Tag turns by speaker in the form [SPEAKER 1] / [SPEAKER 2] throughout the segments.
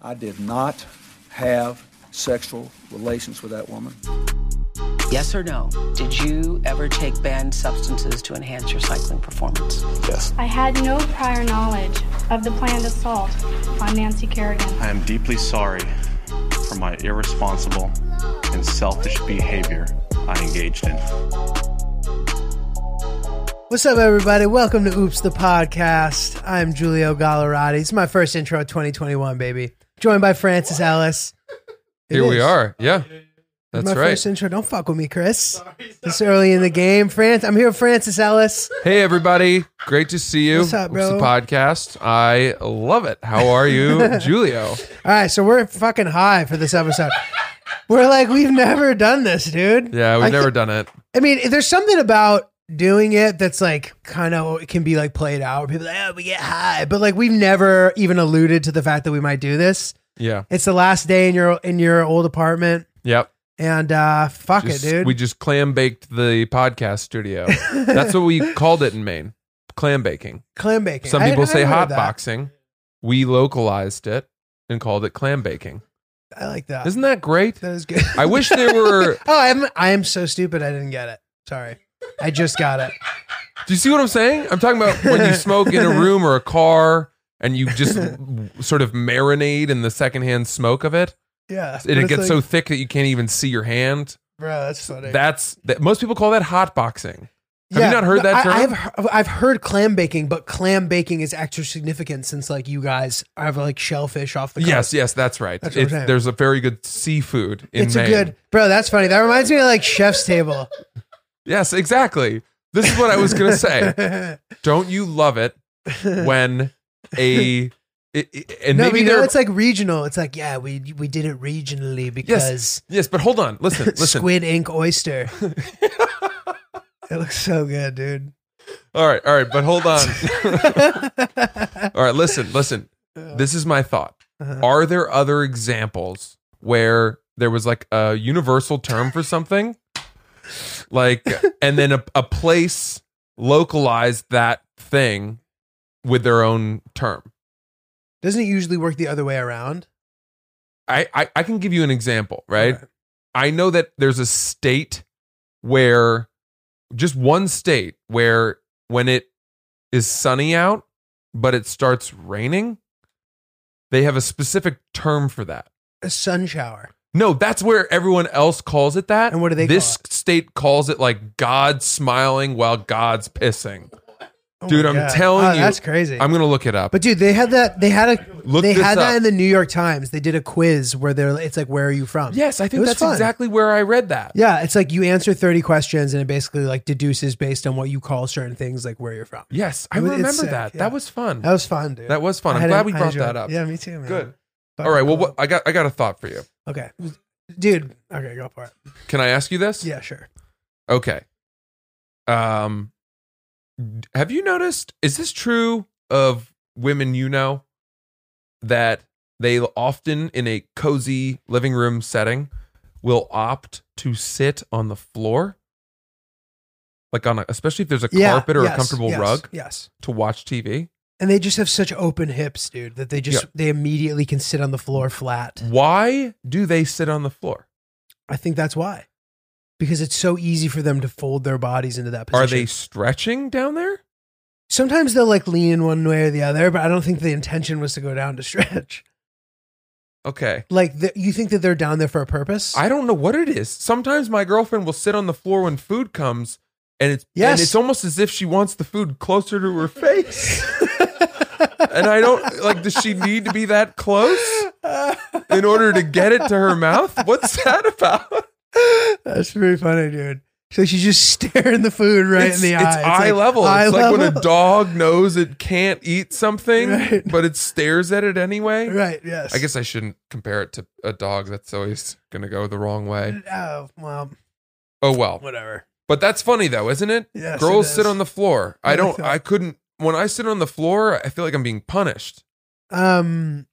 [SPEAKER 1] I did not have sexual relations with that woman.
[SPEAKER 2] Yes or no? Did you ever take banned substances to enhance your cycling performance?
[SPEAKER 3] Yes.
[SPEAKER 4] I had no prior knowledge of the planned assault on Nancy Kerrigan.
[SPEAKER 5] I am deeply sorry for my irresponsible and selfish behavior I engaged in.
[SPEAKER 6] What's up, everybody? Welcome to Oops the Podcast. I'm Giulio Gallerati. It's my first intro of 2021, baby. Joined by Francis Ellis. It
[SPEAKER 7] Here we
[SPEAKER 6] is.
[SPEAKER 7] are. Yeah.
[SPEAKER 6] It's
[SPEAKER 7] That's
[SPEAKER 6] my
[SPEAKER 7] right.
[SPEAKER 6] first intro. Don't fuck with me, Chris. This early in the game. France, I'm here with Francis Ellis.
[SPEAKER 7] Hey, everybody. Great to see you.
[SPEAKER 6] What's up,
[SPEAKER 7] It's the
[SPEAKER 6] bro?
[SPEAKER 7] podcast. I love it. How are you, Julio?
[SPEAKER 6] All right, so we're fucking high for this episode. We're like, we've never done this, dude.
[SPEAKER 7] Yeah, we've
[SPEAKER 6] I
[SPEAKER 7] never done it.
[SPEAKER 6] I mean, there's something about doing it that's like kind of it can be like played out. Where people are like, oh, we get high, but like we've never even alluded to the fact that we might do this.
[SPEAKER 7] Yeah.
[SPEAKER 6] It's the last day in your in your old apartment,
[SPEAKER 7] Yep.
[SPEAKER 6] and uh fuck
[SPEAKER 7] Just-
[SPEAKER 6] it, dude.
[SPEAKER 7] We just clam baked the podcast studio. That's what we called it in Maine clam baking.
[SPEAKER 6] clam baking.
[SPEAKER 7] Some
[SPEAKER 6] I-
[SPEAKER 7] people
[SPEAKER 6] I
[SPEAKER 7] say
[SPEAKER 6] heard
[SPEAKER 7] hot
[SPEAKER 6] that.
[SPEAKER 7] boxing. We localized it and called it clam baking.
[SPEAKER 6] I like that.
[SPEAKER 7] Isn't that great?
[SPEAKER 6] that is good?
[SPEAKER 7] I wish there were.
[SPEAKER 6] oh, I'm I am so stupid. I didn't get it. Sorry, I just got it.
[SPEAKER 7] Do you see what I'm saying? I'm talking about when you smoke in a room or a car and you just sort of marinate in the secondhand smoke of it.
[SPEAKER 6] Yeah,
[SPEAKER 7] And
[SPEAKER 6] But
[SPEAKER 7] it
[SPEAKER 6] it's
[SPEAKER 7] gets
[SPEAKER 6] like,
[SPEAKER 7] so thick that you can't even see your hand.
[SPEAKER 6] bro. That's funny.
[SPEAKER 7] That's that, most people call that hot boxing. Have you not heard
[SPEAKER 6] no,
[SPEAKER 7] that term?
[SPEAKER 6] I, I've he- I've heard clam baking, but clam baking is extra significant since like you guys have like shellfish off the coast.
[SPEAKER 7] Yes, yes, that's right.
[SPEAKER 6] That's what I'm
[SPEAKER 7] It's-
[SPEAKER 6] saying.
[SPEAKER 7] there's a very good seafood in
[SPEAKER 6] it's
[SPEAKER 7] Maine.
[SPEAKER 6] a good bro. That's funny. That reminds me of like Chef's Table.
[SPEAKER 7] yes, exactly. This is what I was going to say. Don't you love it when a it, it- and
[SPEAKER 6] no, but
[SPEAKER 7] maybe
[SPEAKER 6] you know,
[SPEAKER 7] there-
[SPEAKER 6] it's like regional. It's like yeah, we we did it regionally because
[SPEAKER 7] yes, but hold on, listen, listen.
[SPEAKER 6] squid ink oyster. it looks so good, dude.
[SPEAKER 7] All right, all right, but hold on. all right, listen, listen. This is my thought. Are there other examples where there was like a universal term for something? Like, and then a, a place localized that thing with their own term.
[SPEAKER 6] Doesn't it usually work the other way around?
[SPEAKER 7] I, I, I can give you an example, right?
[SPEAKER 6] Okay.
[SPEAKER 7] I know that there's a state where just one state where when it is sunny out, but it starts raining, they have a specific term for that.
[SPEAKER 6] A sun shower.
[SPEAKER 7] No, that's where everyone else calls it that.
[SPEAKER 6] And what do they
[SPEAKER 7] This
[SPEAKER 6] call
[SPEAKER 7] state calls it like God smiling while God's pissing.
[SPEAKER 6] Oh
[SPEAKER 7] Dude,
[SPEAKER 6] my
[SPEAKER 7] I'm
[SPEAKER 6] God.
[SPEAKER 7] telling
[SPEAKER 6] Oh,
[SPEAKER 7] you,
[SPEAKER 6] that's crazy.
[SPEAKER 7] I'm gonna look it up.
[SPEAKER 6] But dude, they had that. They had a.
[SPEAKER 7] Look
[SPEAKER 6] they
[SPEAKER 7] this
[SPEAKER 6] had that
[SPEAKER 7] up.
[SPEAKER 6] in the New York Times. They did a quiz where they're. It's like, where are you from?
[SPEAKER 7] yes, I
[SPEAKER 6] um, It
[SPEAKER 7] think
[SPEAKER 6] was
[SPEAKER 7] that's
[SPEAKER 6] fun.
[SPEAKER 7] exactly where I read that.
[SPEAKER 6] Yeah, it's like you answer thirty questions and it basically like deduces based on what you call certain things, like where you're from.
[SPEAKER 7] Yes, I
[SPEAKER 6] It was- it's
[SPEAKER 7] remember
[SPEAKER 6] sick,
[SPEAKER 7] that.
[SPEAKER 6] yeah.
[SPEAKER 7] That was fun.
[SPEAKER 6] That was fun, dude.
[SPEAKER 7] That was fun.
[SPEAKER 6] I
[SPEAKER 7] I'm
[SPEAKER 6] had
[SPEAKER 7] glad
[SPEAKER 6] a-
[SPEAKER 7] we
[SPEAKER 6] I
[SPEAKER 7] brought
[SPEAKER 6] enjoyed
[SPEAKER 7] that
[SPEAKER 6] it.
[SPEAKER 7] up.
[SPEAKER 6] Yeah, me too. Man. um,
[SPEAKER 7] Good.
[SPEAKER 6] Fucking
[SPEAKER 7] All right. Well,
[SPEAKER 6] cool.
[SPEAKER 7] what, I got I got a thought for you.
[SPEAKER 6] Okay, dude. Okay, go for it.
[SPEAKER 7] Can I ask you this?
[SPEAKER 6] Yeah, sure.
[SPEAKER 7] Okay. Um, have you noticed? Is this true of women you know that they often in a cozy living room setting will opt to sit on the floor, like on a, especially if there's a
[SPEAKER 6] Yeah,
[SPEAKER 7] carpet or
[SPEAKER 6] yes,
[SPEAKER 7] a comfortable
[SPEAKER 6] yes,
[SPEAKER 7] rug
[SPEAKER 6] Yes.
[SPEAKER 7] to watch TV?
[SPEAKER 6] And they just have such open hips, dude, that they just they immediately can sit on the floor flat.
[SPEAKER 7] Why do they sit on the floor?
[SPEAKER 6] I think that's why, because it's so easy for them to fold their bodies into that position.
[SPEAKER 7] Are they stretching down there?
[SPEAKER 6] Sometimes they'll like lean in one way or the other, but I don't think the intention was to go down to stretch.
[SPEAKER 7] Okay.
[SPEAKER 6] Like the, you think that they're down there for a purpose?
[SPEAKER 7] I don't know what it is. Sometimes my girlfriend will sit on the floor when food comes, and it's
[SPEAKER 6] Yes.
[SPEAKER 7] and it's almost as if she wants the food closer to her face. and I don't like. Does she need to be that close in order to get it to her mouth? What's that about?
[SPEAKER 6] That's pretty funny, dude. So she's just staring the food right
[SPEAKER 7] it's,
[SPEAKER 6] in the
[SPEAKER 7] it's
[SPEAKER 6] eye.
[SPEAKER 7] eye
[SPEAKER 6] like
[SPEAKER 7] level.
[SPEAKER 6] eye
[SPEAKER 7] it's like when
[SPEAKER 6] level.
[SPEAKER 7] a dog knows it can't eat something,
[SPEAKER 6] Right.
[SPEAKER 7] but it stares at it anyway.
[SPEAKER 6] Right. Yes.
[SPEAKER 7] I guess I shouldn't compare it to a dog. That's always going to go the wrong way.
[SPEAKER 6] Oh well.
[SPEAKER 7] Oh well.
[SPEAKER 6] Whatever.
[SPEAKER 7] But that's funny though, isn't it?
[SPEAKER 6] Yes,
[SPEAKER 7] Girls
[SPEAKER 6] it is.
[SPEAKER 7] sit on the floor.
[SPEAKER 6] Yeah, I
[SPEAKER 7] I don't.
[SPEAKER 6] feel-
[SPEAKER 7] I couldn't. When I sit on the floor, I feel like I'm being punished.
[SPEAKER 6] Um.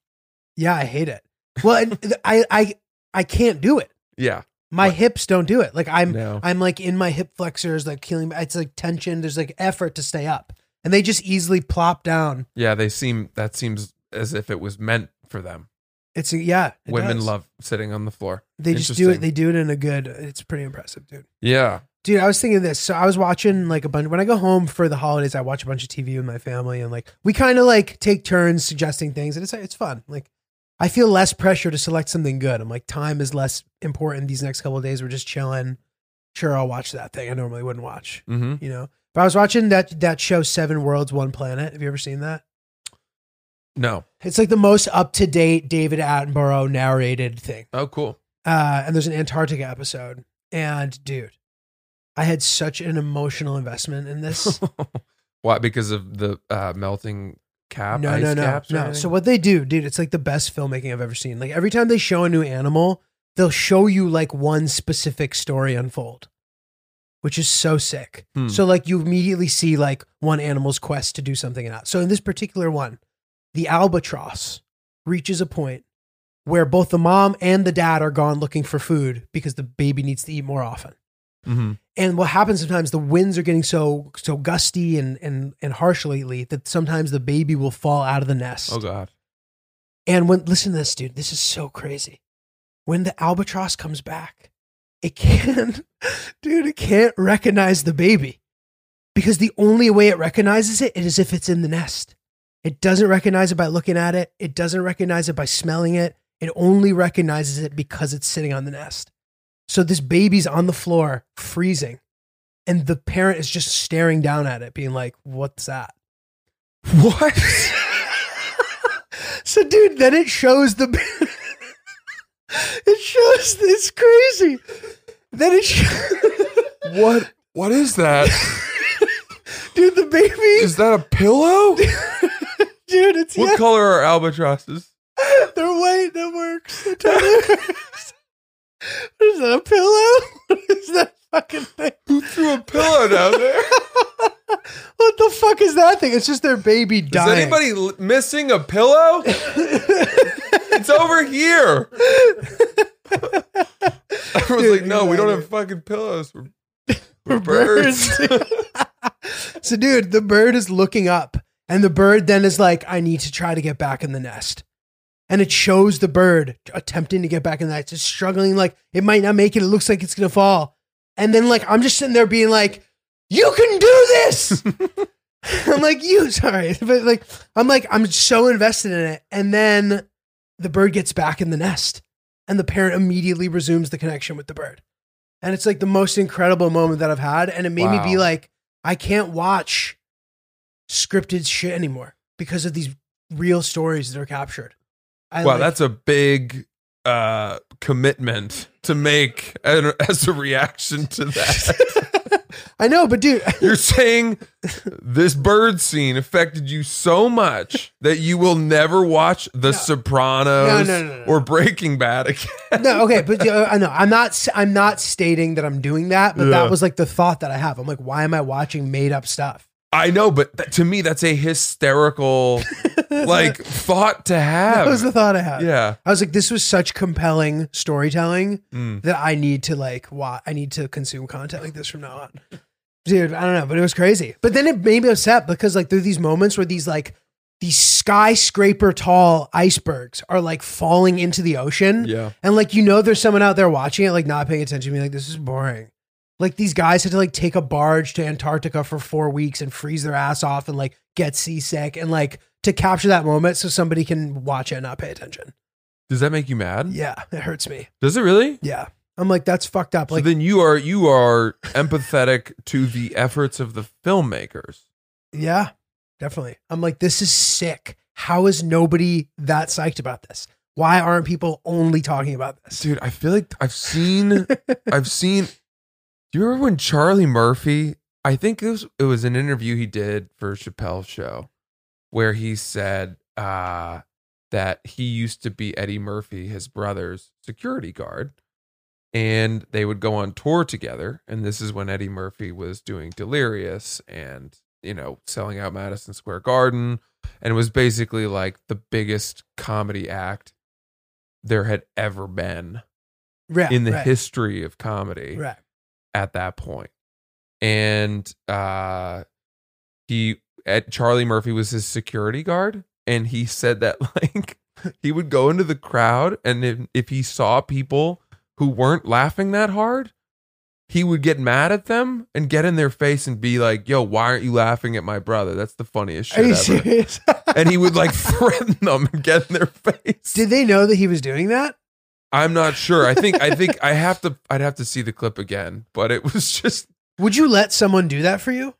[SPEAKER 6] Yeah, I hate it. Well, and th- I I I can't do it.
[SPEAKER 7] Yeah.
[SPEAKER 6] My hips don't do it. Like I'm
[SPEAKER 7] No.
[SPEAKER 6] I'm like in my hip flexors, like killing. It's like tension. There's like effort to stay up, and they just easily plop down.
[SPEAKER 7] Yeah. They seem. That seems as if it was meant for them.
[SPEAKER 6] It's a, yeah. it
[SPEAKER 7] Women
[SPEAKER 6] does.
[SPEAKER 7] love sitting on the floor.
[SPEAKER 6] They just do it.
[SPEAKER 7] Interesting.
[SPEAKER 6] They do it in a good. It's pretty impressive, dude.
[SPEAKER 7] yeah.
[SPEAKER 6] Dude, I was thinking this. So I was watching like a bunch. When I go home for the holidays, I watch a bunch of TV with my family, and like we kind of like take turns suggesting things, and it's it's fun. Like I feel less pressure to select something good. I'm like time is less important these next couple of days. We're just chilling. Sure, I'll watch that thing I normally wouldn't watch.
[SPEAKER 7] Mm-hmm.
[SPEAKER 6] You know, but I was watching that that show Seven Worlds, One Planet. Have you ever seen that?
[SPEAKER 7] No.
[SPEAKER 6] It's like the most up to date David Attenborough narrated thing
[SPEAKER 7] Oh, cool.
[SPEAKER 6] uh, and there's an Antarctica episode. And dude, I had such an emotional investment in this.
[SPEAKER 7] Why? Because of the uh, melting cap?
[SPEAKER 6] no,
[SPEAKER 7] ice
[SPEAKER 6] no, no,
[SPEAKER 7] caps or
[SPEAKER 6] no.
[SPEAKER 7] anything?
[SPEAKER 6] So what they do, dude, it's like the best filmmaking I've ever seen. Like every time they show a new animal, they'll show you like one specific story unfold, which is so sick.
[SPEAKER 7] Hmm.
[SPEAKER 6] So like you immediately see like one animal's quest to do something and out. So in this particular one, the albatross reaches a point where both the mom and the dad are gone looking for food because the baby needs to eat more often.
[SPEAKER 7] Mhm.
[SPEAKER 6] and what happens sometimes the winds are getting so so gusty and and and harsh lately that sometimes the baby will fall out of the nest
[SPEAKER 7] Oh, God.
[SPEAKER 6] and when listen to this dude this is so crazy when the albatross comes back it can't dude it can't recognize the baby because the only way it recognizes it is if it's in the nest it doesn't recognize it by looking at it it doesn't recognize it by smelling it it only recognizes it because it's sitting on the nest so this baby's on the floor freezing and the parent is just staring down at it being like what's that what so dude then it shows the it shows it's crazy then it shows
[SPEAKER 7] What? What is that?
[SPEAKER 6] dude the baby
[SPEAKER 7] is that a pillow?
[SPEAKER 6] dude it's
[SPEAKER 7] What
[SPEAKER 6] yeah,
[SPEAKER 7] color are albatrosses?
[SPEAKER 6] they're white that works It totally works. what is that a pillow what is that fucking thing
[SPEAKER 7] Who threw a pillow down there?
[SPEAKER 6] what the fuck is that thing it's just their baby
[SPEAKER 7] Is
[SPEAKER 6] dying
[SPEAKER 7] anybody l- missing a pillow? it's over here. I was
[SPEAKER 6] Dude,
[SPEAKER 7] like, no, we don't
[SPEAKER 6] exactly.
[SPEAKER 7] have fucking pillows. We're, we're birds.
[SPEAKER 6] so, dude, the bird is looking up, and the bird then is like, I need to try to get back in the nest. And it shows the bird attempting to get back in the nest. It's struggling, like, it might not make it. It looks like it's going to fall. And then, like, I'm just sitting there being like, You can do this. I'm like, You, sorry. But, like, I'm like, I'm so invested in it. And then the bird gets back in the nest, and the parent immediately resumes the connection with the bird. And it's like the most incredible moment that I've had. And it made me be
[SPEAKER 7] Wow.
[SPEAKER 6] like, I can't watch scripted shit anymore because of these real stories that are captured. I
[SPEAKER 7] wow,
[SPEAKER 6] like-
[SPEAKER 7] that's a big uh, commitment to make an- as a reaction to that.
[SPEAKER 6] I know, but dude,
[SPEAKER 7] You're saying this bird scene affected you so much that you will never watch The Sopranos
[SPEAKER 6] No, no, no, no, no.
[SPEAKER 7] or Breaking Bad again.
[SPEAKER 6] no, okay, but uh, I know I'm not. s- I'm not stating that I'm doing that, but
[SPEAKER 7] Yeah.
[SPEAKER 6] that was like the thought that I have. I'm like, why am I watching made up stuff?
[SPEAKER 7] I know, but that, to me, that's a hysterical like thought to
[SPEAKER 6] That
[SPEAKER 7] have.
[SPEAKER 6] was the thought I had.
[SPEAKER 7] yeah.
[SPEAKER 6] I was like, this was such compelling storytelling
[SPEAKER 7] Mm.
[SPEAKER 6] that I need to like, wa I need to consume content like this from now on. Dude, I don't know, but it was crazy. But then it made me upset because like there are these moments where these like these skyscraper tall icebergs are like falling into the ocean.
[SPEAKER 7] Yeah.
[SPEAKER 6] And like you know there's someone out there watching it, like not paying attention, being like, this is boring. Like these guys had to like take a barge to Antarctica for four weeks and freeze their ass off and like get seasick and like to capture that moment so somebody can watch it and not pay attention.
[SPEAKER 7] Does that make you mad?
[SPEAKER 6] Yeah, it hurts me.
[SPEAKER 7] Does it really?
[SPEAKER 6] Yeah. I'm like, that's fucked up. Like,
[SPEAKER 7] so then you are you are empathetic to the efforts of the filmmakers.
[SPEAKER 6] yeah, definitely. I'm like, this is sick. How is nobody that psyched about this? Why aren't people only talking about this?
[SPEAKER 7] Dude, I feel like I've seen I've seen Do you remember when Charlie Murphy, I think it was it was an interview he did for Chappelle's show where he said uh that he used to be Eddie Murphy, his brother's security guard, and they would go on tour together. And this is when Eddie Murphy was doing Delirious and, you know, selling out Madison Square Garden and was basically like the biggest comedy act there had ever been
[SPEAKER 6] Right,
[SPEAKER 7] in the
[SPEAKER 6] right,
[SPEAKER 7] history of comedy
[SPEAKER 6] Right.
[SPEAKER 7] at that point. And uh he at Charlie Murphy was his security guard and he said that like he would go into the crowd and if, if he saw people who weren't laughing that hard, he would get mad at them and get in their face and be like, "Yo, why aren't you laughing at my brother? That's the funniest
[SPEAKER 6] Are
[SPEAKER 7] shit
[SPEAKER 6] you
[SPEAKER 7] ever."
[SPEAKER 6] serious?
[SPEAKER 7] And he would like threaten them and get in their face.
[SPEAKER 6] Did they know that he was doing that?
[SPEAKER 7] I'm not sure. I think I think I have to I'd have to see the clip again, but it was just
[SPEAKER 6] Would you let someone do that for you?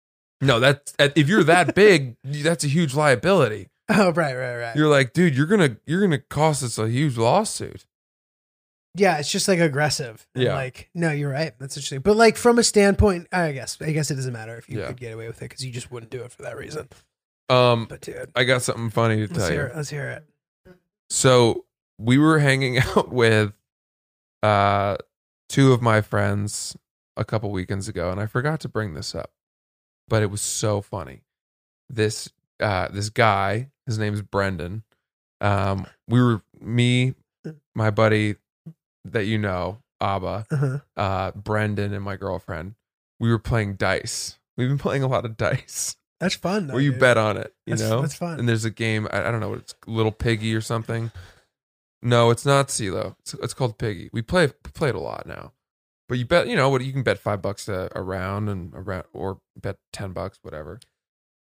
[SPEAKER 7] no, that's if you're that big, that's a huge liability.
[SPEAKER 6] Oh, right, right, right.
[SPEAKER 7] You're like, dude, you're gonna you're gonna cost us a huge lawsuit.
[SPEAKER 6] yeah, it's just like aggressive. And,
[SPEAKER 7] Yeah.
[SPEAKER 6] Like, no, you're right. That's interesting. But like from a standpoint, I guess, I guess it doesn't matter if you
[SPEAKER 7] Yeah.
[SPEAKER 6] could get away with it because you just wouldn't do it for that reason.
[SPEAKER 7] Um,
[SPEAKER 6] But dude,
[SPEAKER 7] I got something funny to
[SPEAKER 6] let's
[SPEAKER 7] tell
[SPEAKER 6] hear
[SPEAKER 7] you.
[SPEAKER 6] it. Let's hear it.
[SPEAKER 7] So we were hanging out with uh two of my friends a couple weekends ago, and I forgot to bring this up, but it was so funny. This uh this guy, his name's Brendan. Um, we were me, my buddy that you know, Abba,
[SPEAKER 6] Uh-huh.
[SPEAKER 7] uh, Brendan and my girlfriend, we were playing dice. We've been playing a lot of dice
[SPEAKER 6] That's fun. Though,
[SPEAKER 7] where you
[SPEAKER 6] dude.
[SPEAKER 7] bet on it, you
[SPEAKER 6] That's-
[SPEAKER 7] know?
[SPEAKER 6] that's fun.
[SPEAKER 7] And there's a game, I, I don't know, it's Little Piggy or something. No, it's not CeeLo. It's, it's called Piggy. We play, we play it a lot now. But you bet, you know, what you can bet five bucks a, a round and around, or bet 10 bucks, whatever.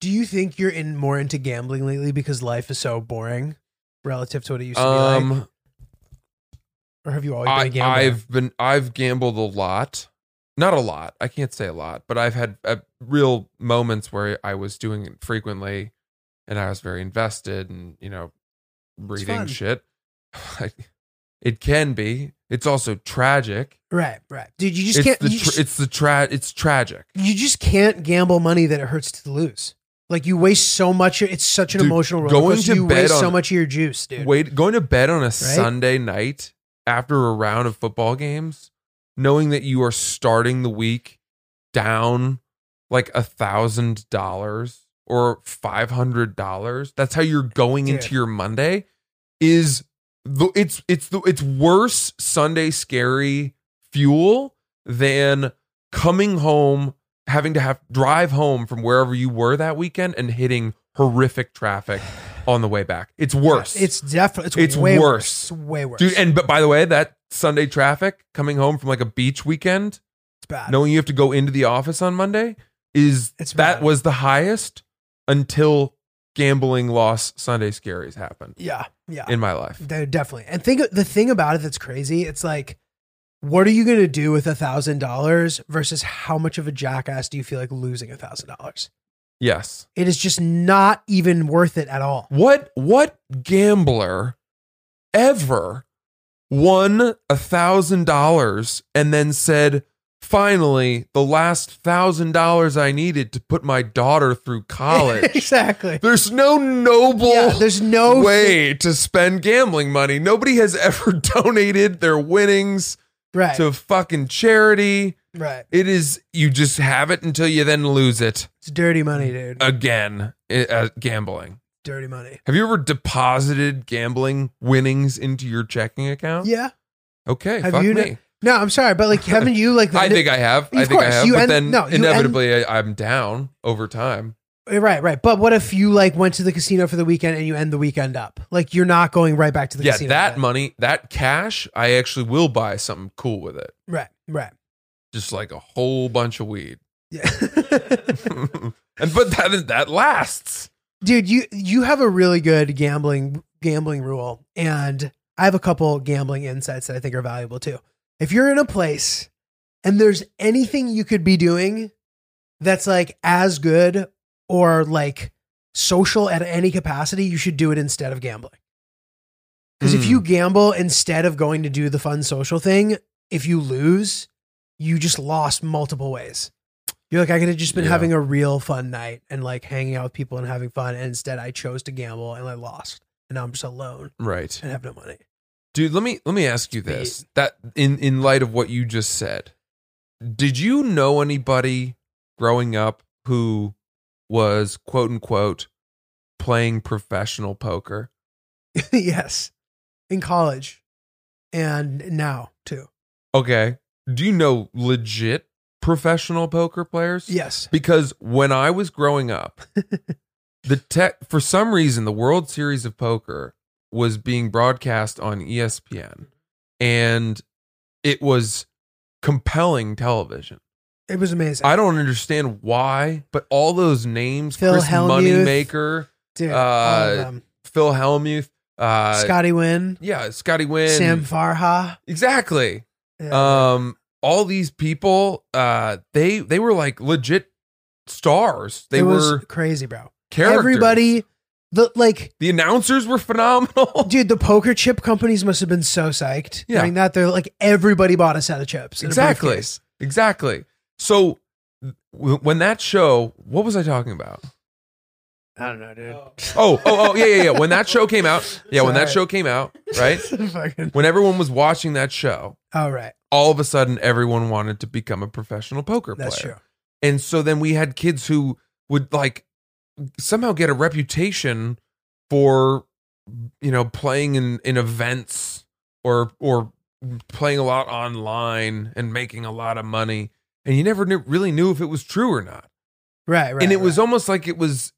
[SPEAKER 6] Do you think you're in more into gambling lately because life is so boring relative to what it used to be like?
[SPEAKER 7] Um,
[SPEAKER 6] Or have Oh, you always been a
[SPEAKER 7] I,
[SPEAKER 6] gambler?
[SPEAKER 7] I've been, I've gambled a lot. Not a lot. I can't say a lot, but I've had uh, real moments where I was doing it frequently. and I was very invested and you know reading
[SPEAKER 6] fun.
[SPEAKER 7] shit. it can be. It's also tragic.
[SPEAKER 6] right, right. Dude, you just
[SPEAKER 7] It's
[SPEAKER 6] can't
[SPEAKER 7] the
[SPEAKER 6] you,
[SPEAKER 7] tra-
[SPEAKER 6] just,
[SPEAKER 7] it's the tra- it's tragic.
[SPEAKER 6] you just can't gamble money that it hurts to lose. Like you waste so much it's such an
[SPEAKER 7] Dude,
[SPEAKER 6] emotional roller
[SPEAKER 7] going
[SPEAKER 6] coaster.
[SPEAKER 7] to
[SPEAKER 6] You
[SPEAKER 7] bed
[SPEAKER 6] waste so
[SPEAKER 7] on-
[SPEAKER 6] much of your juice, dude.
[SPEAKER 7] Wait, going to bed on a Sunday night after a round of football games, knowing that you are starting the week down like a thousand dollars or five hundred dollars. That's how you're going
[SPEAKER 6] Dude.
[SPEAKER 7] into your Monday. Is the it's it's the it's worse Sunday scary fuel than coming home having to have drive home from wherever you were that weekend and hitting horrific traffic on the way back. It's worse.
[SPEAKER 6] It's definitely it's,
[SPEAKER 7] It's
[SPEAKER 6] way worse. It's
[SPEAKER 7] worse.
[SPEAKER 6] way worse.
[SPEAKER 7] dude. And but by the way, that Sunday traffic coming home from like a beach weekend,
[SPEAKER 6] it's bad.
[SPEAKER 7] knowing you have to go into the office on Monday, is
[SPEAKER 6] It's
[SPEAKER 7] that
[SPEAKER 6] bad.
[SPEAKER 7] was the highest until gambling loss Sunday scaries happened
[SPEAKER 6] yeah, yeah,
[SPEAKER 7] in my life.
[SPEAKER 6] Dude, definitely. And think the thing about it that's crazy. It's like, what are you going to do with a thousand dollars versus how much of a jackass do you feel like losing a thousand dollars?
[SPEAKER 7] Yes.
[SPEAKER 6] It is just not even worth it at all.
[SPEAKER 7] What what gambler ever won a thousand dollars and then said, finally, the last thousand dollars I needed to put my daughter through college.
[SPEAKER 6] exactly.
[SPEAKER 7] There's no noble
[SPEAKER 6] Yeah, there's no
[SPEAKER 7] way to spend gambling money. Nobody has ever donated their winnings
[SPEAKER 6] right,
[SPEAKER 7] to fucking charity.
[SPEAKER 6] right.
[SPEAKER 7] It is you just have it until you then lose it
[SPEAKER 6] It's dirty money, dude.
[SPEAKER 7] Uh, again. i- uh, gambling.
[SPEAKER 6] dirty money.
[SPEAKER 7] Have you ever deposited gambling winnings into your checking account?
[SPEAKER 6] Yeah.
[SPEAKER 7] Okay.
[SPEAKER 6] Have
[SPEAKER 7] fuck
[SPEAKER 6] you?
[SPEAKER 7] me.
[SPEAKER 6] kn- No, I'm sorry, but like, haven't you like?
[SPEAKER 7] I think I have. I
[SPEAKER 6] Of
[SPEAKER 7] think I
[SPEAKER 6] course,
[SPEAKER 7] have.
[SPEAKER 6] you
[SPEAKER 7] But
[SPEAKER 6] end-
[SPEAKER 7] then
[SPEAKER 6] no, you end-
[SPEAKER 7] inevitably I, I'm down over time.
[SPEAKER 6] eh, Right, right. But what if you like went to the casino for the weekend and you end the weekend up? Like you're not going right back to the
[SPEAKER 7] yeah,
[SPEAKER 6] casino.
[SPEAKER 7] that
[SPEAKER 6] right?
[SPEAKER 7] money, that cash, I actually will buy something cool with it.
[SPEAKER 6] Right, right.
[SPEAKER 7] Just like a whole bunch of weed.
[SPEAKER 6] Yeah.
[SPEAKER 7] and but that is, that lasts.
[SPEAKER 6] Dude, you you have a really good gambling gambling rule and I have a couple gambling insights that I think are valuable too. If you're in a place and there's anything you could be doing that's like as good or like social at any capacity, you should do it instead of gambling. Because if
[SPEAKER 7] Hmm.
[SPEAKER 6] you gamble instead of going to do the fun social thing, if you lose, you just lost multiple ways. You're like, I could have just been
[SPEAKER 7] Yeah.
[SPEAKER 6] having a real fun night and like hanging out with people and having fun. And instead, I chose to gamble and I lost. And now I'm just alone
[SPEAKER 7] Right.
[SPEAKER 6] and have no money.
[SPEAKER 7] Dude, let me let me ask you this. That in in light of what you just said, did you know anybody growing up who was quote unquote playing professional poker?
[SPEAKER 6] yes. In college and now too.
[SPEAKER 7] Okay. Do you know legit professional poker players?
[SPEAKER 6] Yes.
[SPEAKER 7] Because when I was growing up, the tech for some reason the World Series of Poker was being broadcast on E ESPN and it was compelling television.
[SPEAKER 6] It was amazing.
[SPEAKER 7] I don't understand why, but all those names
[SPEAKER 6] Phil
[SPEAKER 7] Chris
[SPEAKER 6] Hellmuth.
[SPEAKER 7] Moneymaker,
[SPEAKER 6] Dude,
[SPEAKER 7] uh,
[SPEAKER 6] all of them.
[SPEAKER 7] Phil Hellmuth, uh,
[SPEAKER 6] Scotty Wynn,
[SPEAKER 7] yeah, Scotty Wynn,
[SPEAKER 6] Sam Farha.
[SPEAKER 7] exactly.
[SPEAKER 6] Yeah.
[SPEAKER 7] um all these people uh they they were like legit stars they
[SPEAKER 6] it was
[SPEAKER 7] were
[SPEAKER 6] crazy, bro.
[SPEAKER 7] characters
[SPEAKER 6] Everybody, the like,
[SPEAKER 7] the announcers were phenomenal
[SPEAKER 6] dude, the poker chip companies must have been so psyched.
[SPEAKER 7] Yeah.
[SPEAKER 6] during that they're like everybody bought a set of chips. and a
[SPEAKER 7] exactly
[SPEAKER 6] briefcase.
[SPEAKER 7] exactly so w- when that show what was i talking about
[SPEAKER 6] I don't know, dude.
[SPEAKER 7] oh oh oh yeah yeah yeah when that show came out yeah when that
[SPEAKER 6] Sorry.
[SPEAKER 7] show came out right
[SPEAKER 6] Fucking.
[SPEAKER 7] when everyone was watching that show
[SPEAKER 6] All right,
[SPEAKER 7] all of a sudden everyone wanted to become a professional poker player
[SPEAKER 6] that's true.
[SPEAKER 7] And so then we had kids who would like somehow get a reputation for you know playing in in events or or playing a lot online and making a lot of money and you never knew, really knew if it was true or not.
[SPEAKER 6] Right, right.
[SPEAKER 7] and it was
[SPEAKER 6] right.
[SPEAKER 7] almost like it was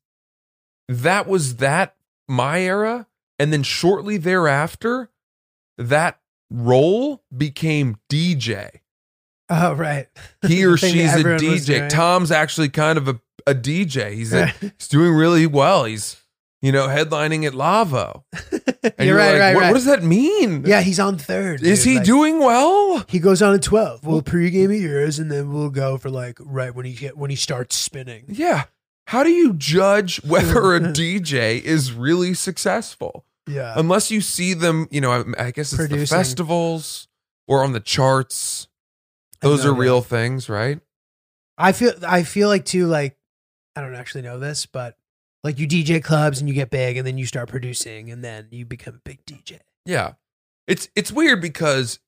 [SPEAKER 7] that was that my era and then shortly thereafter that role became DJ
[SPEAKER 6] Oh, right.
[SPEAKER 7] he or
[SPEAKER 6] The thing
[SPEAKER 7] she's
[SPEAKER 6] that
[SPEAKER 7] a
[SPEAKER 6] everyone was
[SPEAKER 7] DJ.
[SPEAKER 6] doing.
[SPEAKER 7] Tom's actually kind of a, a DJ. He's, a,
[SPEAKER 6] Right.
[SPEAKER 7] he's doing really well. He's, you know, headlining at Lavo. And
[SPEAKER 6] You're right,
[SPEAKER 7] like,
[SPEAKER 6] right,
[SPEAKER 7] what,
[SPEAKER 6] right.
[SPEAKER 7] what does that mean?
[SPEAKER 6] Yeah, he's on third.
[SPEAKER 7] Is
[SPEAKER 6] dude,
[SPEAKER 7] he
[SPEAKER 6] like-
[SPEAKER 7] doing well?
[SPEAKER 6] He goes on at twelve. We'll pregame at yours, and then we'll go for like right when he get, when he starts spinning.
[SPEAKER 7] Yeah. How do you judge whether a DJ is really successful?
[SPEAKER 6] Yeah,
[SPEAKER 7] Unless you see them, you know, I, I guess it's the
[SPEAKER 6] Producing.
[SPEAKER 7] festivals or on the charts.
[SPEAKER 6] I
[SPEAKER 7] Those
[SPEAKER 6] know,
[SPEAKER 7] are
[SPEAKER 6] yeah.
[SPEAKER 7] real things, right?
[SPEAKER 6] I feel I feel like too like I don't actually know this, but like you DJ clubs and you get big, and then you start producing, and then you become a big DJ.
[SPEAKER 7] Yeah. It's it's weird because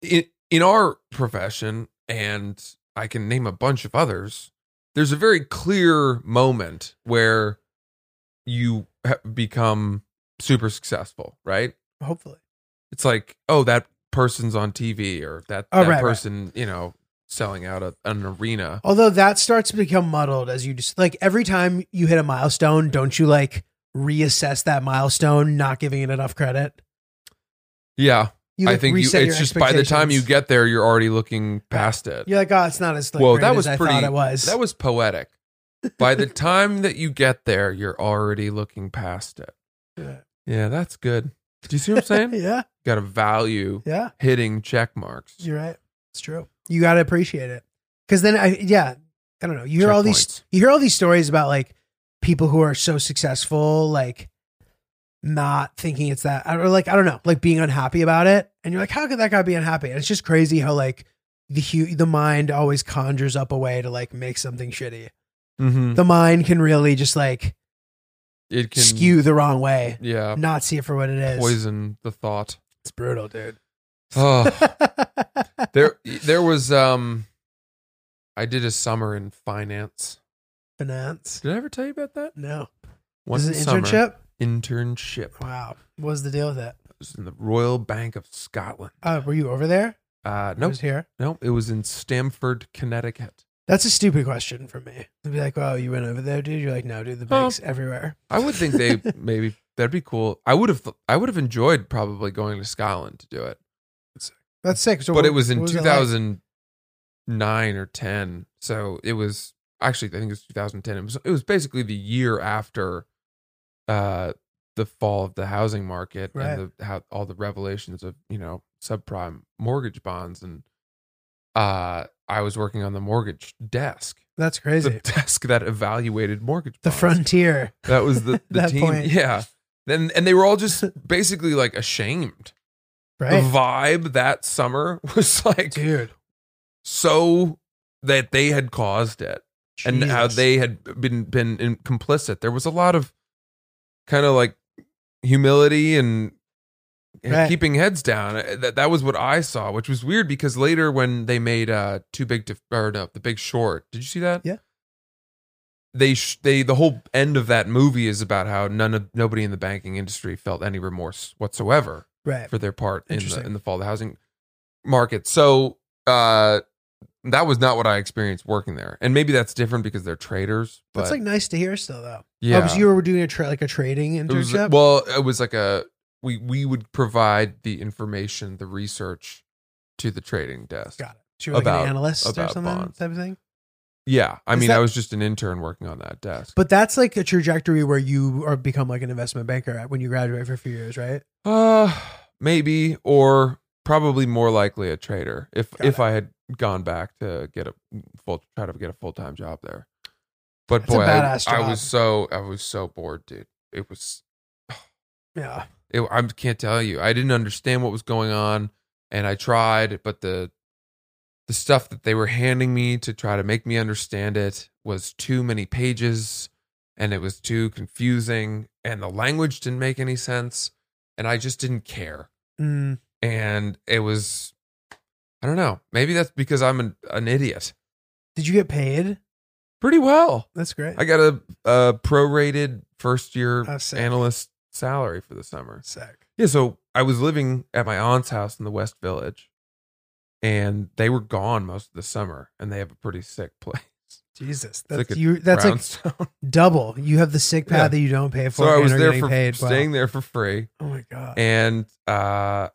[SPEAKER 7] in in our profession and I can name a bunch of others, there's a very clear moment where you ha- become super successful, right?
[SPEAKER 6] Hopefully,
[SPEAKER 7] It's like, oh, that person's on TV or that,
[SPEAKER 6] Oh,
[SPEAKER 7] that
[SPEAKER 6] right, right.
[SPEAKER 7] person, you know, selling out a, an arena.
[SPEAKER 6] although that starts to become muddled as you just like every time you hit a milestone, don't you like reassess that milestone, not giving it enough credit?
[SPEAKER 7] Yeah.
[SPEAKER 6] You
[SPEAKER 7] I
[SPEAKER 6] like,
[SPEAKER 7] think you,
[SPEAKER 6] reset
[SPEAKER 7] it's
[SPEAKER 6] your
[SPEAKER 7] just by the time you
[SPEAKER 6] expectations.
[SPEAKER 7] get there, you're already looking past it.
[SPEAKER 6] you're like, oh, it's not as like,
[SPEAKER 7] Whoa,
[SPEAKER 6] great
[SPEAKER 7] that was
[SPEAKER 6] as
[SPEAKER 7] pretty.
[SPEAKER 6] I thought it was.
[SPEAKER 7] That was poetic. By the time that you get there, you're already looking past it.
[SPEAKER 6] Yeah.
[SPEAKER 7] Yeah, that's good. Do you see what I'm saying?
[SPEAKER 6] yeah,
[SPEAKER 7] Got to value
[SPEAKER 6] yeah.
[SPEAKER 7] hitting check marks.
[SPEAKER 6] You're right. It's true. You got to appreciate it. Cause then I, yeah, I don't know. You hear all
[SPEAKER 7] Checkpoints.
[SPEAKER 6] these, you hear all these stories about like people who are so successful, like not thinking it's that, or like, I don't know, like being unhappy about it. And you're like, how could that guy be unhappy? And it's just crazy how like the hu- the mind always conjures up a way to like make something shitty.
[SPEAKER 7] Mhm.
[SPEAKER 6] The mind can really just like
[SPEAKER 7] It can
[SPEAKER 6] skew the wrong way,
[SPEAKER 7] Yeah,
[SPEAKER 6] not see it for what it is.
[SPEAKER 7] poison the thought.
[SPEAKER 6] It's brutal, dude.
[SPEAKER 7] Oh, there, there was. Um, I did a summer in finance.
[SPEAKER 6] Finance.
[SPEAKER 7] Did I ever tell you about that?
[SPEAKER 6] No.
[SPEAKER 7] One
[SPEAKER 6] this is an
[SPEAKER 7] summer
[SPEAKER 6] internship?
[SPEAKER 7] Internship. I
[SPEAKER 6] Wow. What was the deal with it?
[SPEAKER 7] was in the Royal Bank of Scotland.
[SPEAKER 6] Uh, were you over there?
[SPEAKER 7] Uh,
[SPEAKER 6] I
[SPEAKER 7] no,
[SPEAKER 6] was here.
[SPEAKER 7] no, it was in Stamford, Connecticut.
[SPEAKER 6] That's a stupid question for me. They'd be like, "Oh, you went over there, dude." You're like, "No, dude. The
[SPEAKER 7] Oh.
[SPEAKER 6] bank's everywhere."
[SPEAKER 7] I would think they maybe that'd be cool. I would have I would have enjoyed probably going to Scotland to do it,
[SPEAKER 6] That's sick. So
[SPEAKER 7] but
[SPEAKER 6] what-
[SPEAKER 7] it was in
[SPEAKER 6] what
[SPEAKER 7] two
[SPEAKER 6] like?
[SPEAKER 7] thousand nine or ten, so it was actually I think it was two thousand ten. It was it was basically the year after uh, the fall of the housing market and
[SPEAKER 6] Right.
[SPEAKER 7] the, how all the revelations of you know subprime mortgage bonds and uh, I was working on the mortgage desk,
[SPEAKER 6] That's
[SPEAKER 7] the
[SPEAKER 6] crazy.
[SPEAKER 7] desk that evaluated mortgage
[SPEAKER 6] The
[SPEAKER 7] bonds.
[SPEAKER 6] frontier.
[SPEAKER 7] That was the, the
[SPEAKER 6] That
[SPEAKER 7] team.
[SPEAKER 6] point.
[SPEAKER 7] Yeah. Then and they were all just basically like ashamed. The
[SPEAKER 6] Right,
[SPEAKER 7] vibe that summer was like
[SPEAKER 6] dude.
[SPEAKER 7] so that they had caused it and how
[SPEAKER 6] Jesus.
[SPEAKER 7] they had been been in, complicit. There was a lot of kind of like humility and, and
[SPEAKER 6] Right.
[SPEAKER 7] keeping heads down. Uh, That that was what I saw, which was weird because later when they made uh too big to or no the Big Short, did you see that?
[SPEAKER 6] Yeah.
[SPEAKER 7] They sh- they the whole end of that movie is about how none of nobody in the banking industry felt any remorse whatsoever
[SPEAKER 6] right.
[SPEAKER 7] for their part in the
[SPEAKER 6] Interesting.
[SPEAKER 7] in the fall of the housing market. So uh that was not what I experienced working there. And maybe that's different because they're traders. But
[SPEAKER 6] That's like nice to hear still, though. Oh,
[SPEAKER 7] yeah.
[SPEAKER 6] 'cause you were doing a tra- like a trading
[SPEAKER 7] it was,
[SPEAKER 6] internship.
[SPEAKER 7] well, it was like a we we would provide the information, the research to the trading desk.
[SPEAKER 6] Got it. So you're like
[SPEAKER 7] About-
[SPEAKER 6] an analyst or
[SPEAKER 7] about
[SPEAKER 6] something
[SPEAKER 7] bonds.
[SPEAKER 6] type of thing.
[SPEAKER 7] Yeah, I
[SPEAKER 6] Is
[SPEAKER 7] mean, I
[SPEAKER 6] that-
[SPEAKER 7] was just an intern working on that desk.
[SPEAKER 6] But that's like a trajectory where you are become like an investment banker at- when you graduate for a few years, right?
[SPEAKER 7] Uh, maybe or probably more likely a trader if
[SPEAKER 6] Got
[SPEAKER 7] if
[SPEAKER 6] it.
[SPEAKER 7] I had gone back to get a full try to get a full time job there. But
[SPEAKER 6] That's a
[SPEAKER 7] boy, I,
[SPEAKER 6] badass
[SPEAKER 7] I
[SPEAKER 6] job.
[SPEAKER 7] was so I was so bored, dude. It was
[SPEAKER 6] Yeah.
[SPEAKER 7] it, I can't tell you. I didn't understand what was going on, and I tried, but the the stuff that they were handing me to try to make me understand it was too many pages, and it was too confusing, and the language didn't make any sense, and I just didn't care.
[SPEAKER 6] Mm,
[SPEAKER 7] And it was, I don't know. Maybe that's because I'm an, an idiot.
[SPEAKER 6] Did you get paid?
[SPEAKER 7] Pretty well.
[SPEAKER 6] That's great.
[SPEAKER 7] I got a, a prorated first year
[SPEAKER 6] That's sick.
[SPEAKER 7] analyst salary for the summer.
[SPEAKER 6] Sick.
[SPEAKER 7] Yeah, so I was living at my aunt's house in the West Village, and they were gone most of the summer, and they have a pretty sick place.
[SPEAKER 6] Jesus,
[SPEAKER 7] It's
[SPEAKER 6] that's
[SPEAKER 7] like a
[SPEAKER 6] you. That's like
[SPEAKER 7] brownstone.
[SPEAKER 6] double. You have the sick pad
[SPEAKER 7] Yeah.
[SPEAKER 6] that you don't pay for.
[SPEAKER 7] so I
[SPEAKER 6] and
[SPEAKER 7] was
[SPEAKER 6] are
[SPEAKER 7] there
[SPEAKER 6] getting
[SPEAKER 7] for
[SPEAKER 6] paid. Wow.
[SPEAKER 7] staying there for free,
[SPEAKER 6] Oh my god.
[SPEAKER 7] and uh,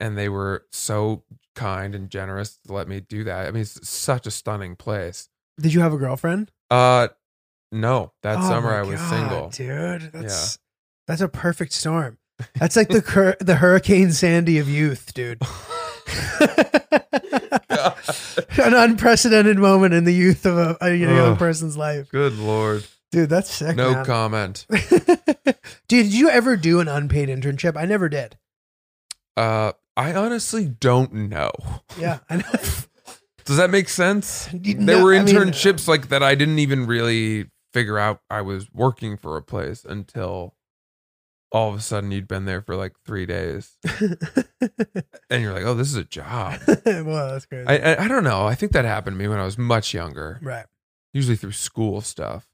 [SPEAKER 7] and they were so kind and generous to let me do that. I mean, it's such a stunning place.
[SPEAKER 6] Did you have a girlfriend
[SPEAKER 7] Uh, no, that
[SPEAKER 6] Oh
[SPEAKER 7] summer
[SPEAKER 6] my
[SPEAKER 7] I was
[SPEAKER 6] God,
[SPEAKER 7] single.
[SPEAKER 6] dude? That's that's a perfect storm. That's like the cur- the Hurricane Sandy of youth, dude. An unprecedented moment in the youth of a, a young
[SPEAKER 7] Ugh.
[SPEAKER 6] person's life,
[SPEAKER 7] Good lord,
[SPEAKER 6] dude. That's sick.
[SPEAKER 7] no
[SPEAKER 6] man.
[SPEAKER 7] comment.
[SPEAKER 6] dude, did you ever do an unpaid internship? I never did.
[SPEAKER 7] Uh, I honestly don't know.
[SPEAKER 6] Yeah, I know.
[SPEAKER 7] Does that make sense?
[SPEAKER 6] You
[SPEAKER 7] There
[SPEAKER 6] know-
[SPEAKER 7] were
[SPEAKER 6] I mean-
[SPEAKER 7] internships like that I didn't even really figure out I was working for a place until all of a sudden you'd been there for like three days and you're like, oh, this is a job.
[SPEAKER 6] well, that's crazy.
[SPEAKER 7] I, I I don't know. I think that happened to me when I was much younger,
[SPEAKER 6] right.
[SPEAKER 7] usually through school stuff.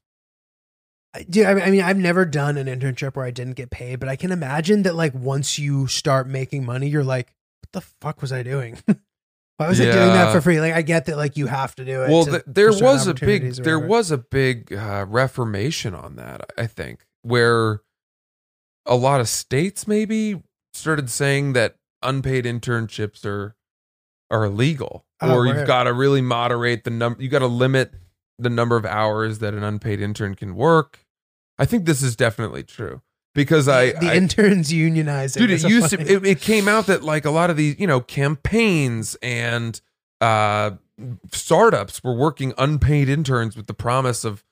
[SPEAKER 6] I- Dude, I mean- I mean, I've never done an internship where I didn't get paid, but I can imagine that, like, once you start making money, you're like, what the fuck was I doing? Why was I doing that
[SPEAKER 7] Yeah.
[SPEAKER 6] for free? Like, I get that, like, you have to do it.
[SPEAKER 7] Well,
[SPEAKER 6] to
[SPEAKER 7] th- there
[SPEAKER 6] pursue
[SPEAKER 7] was a big
[SPEAKER 6] opportunities or
[SPEAKER 7] there
[SPEAKER 6] whatever.
[SPEAKER 7] was a big uh, reformation on that. I I think where a lot of states maybe started saying that unpaid internships are are illegal,
[SPEAKER 6] Oh,
[SPEAKER 7] or you've
[SPEAKER 6] right.
[SPEAKER 7] got to really moderate the number. You got to limit the number of hours that an unpaid intern can work. I think this is definitely true because I
[SPEAKER 6] the
[SPEAKER 7] I-
[SPEAKER 6] interns unionized.
[SPEAKER 7] dude it used to it, it came out that like a lot of these you know campaigns and uh startups were working unpaid interns with the promise of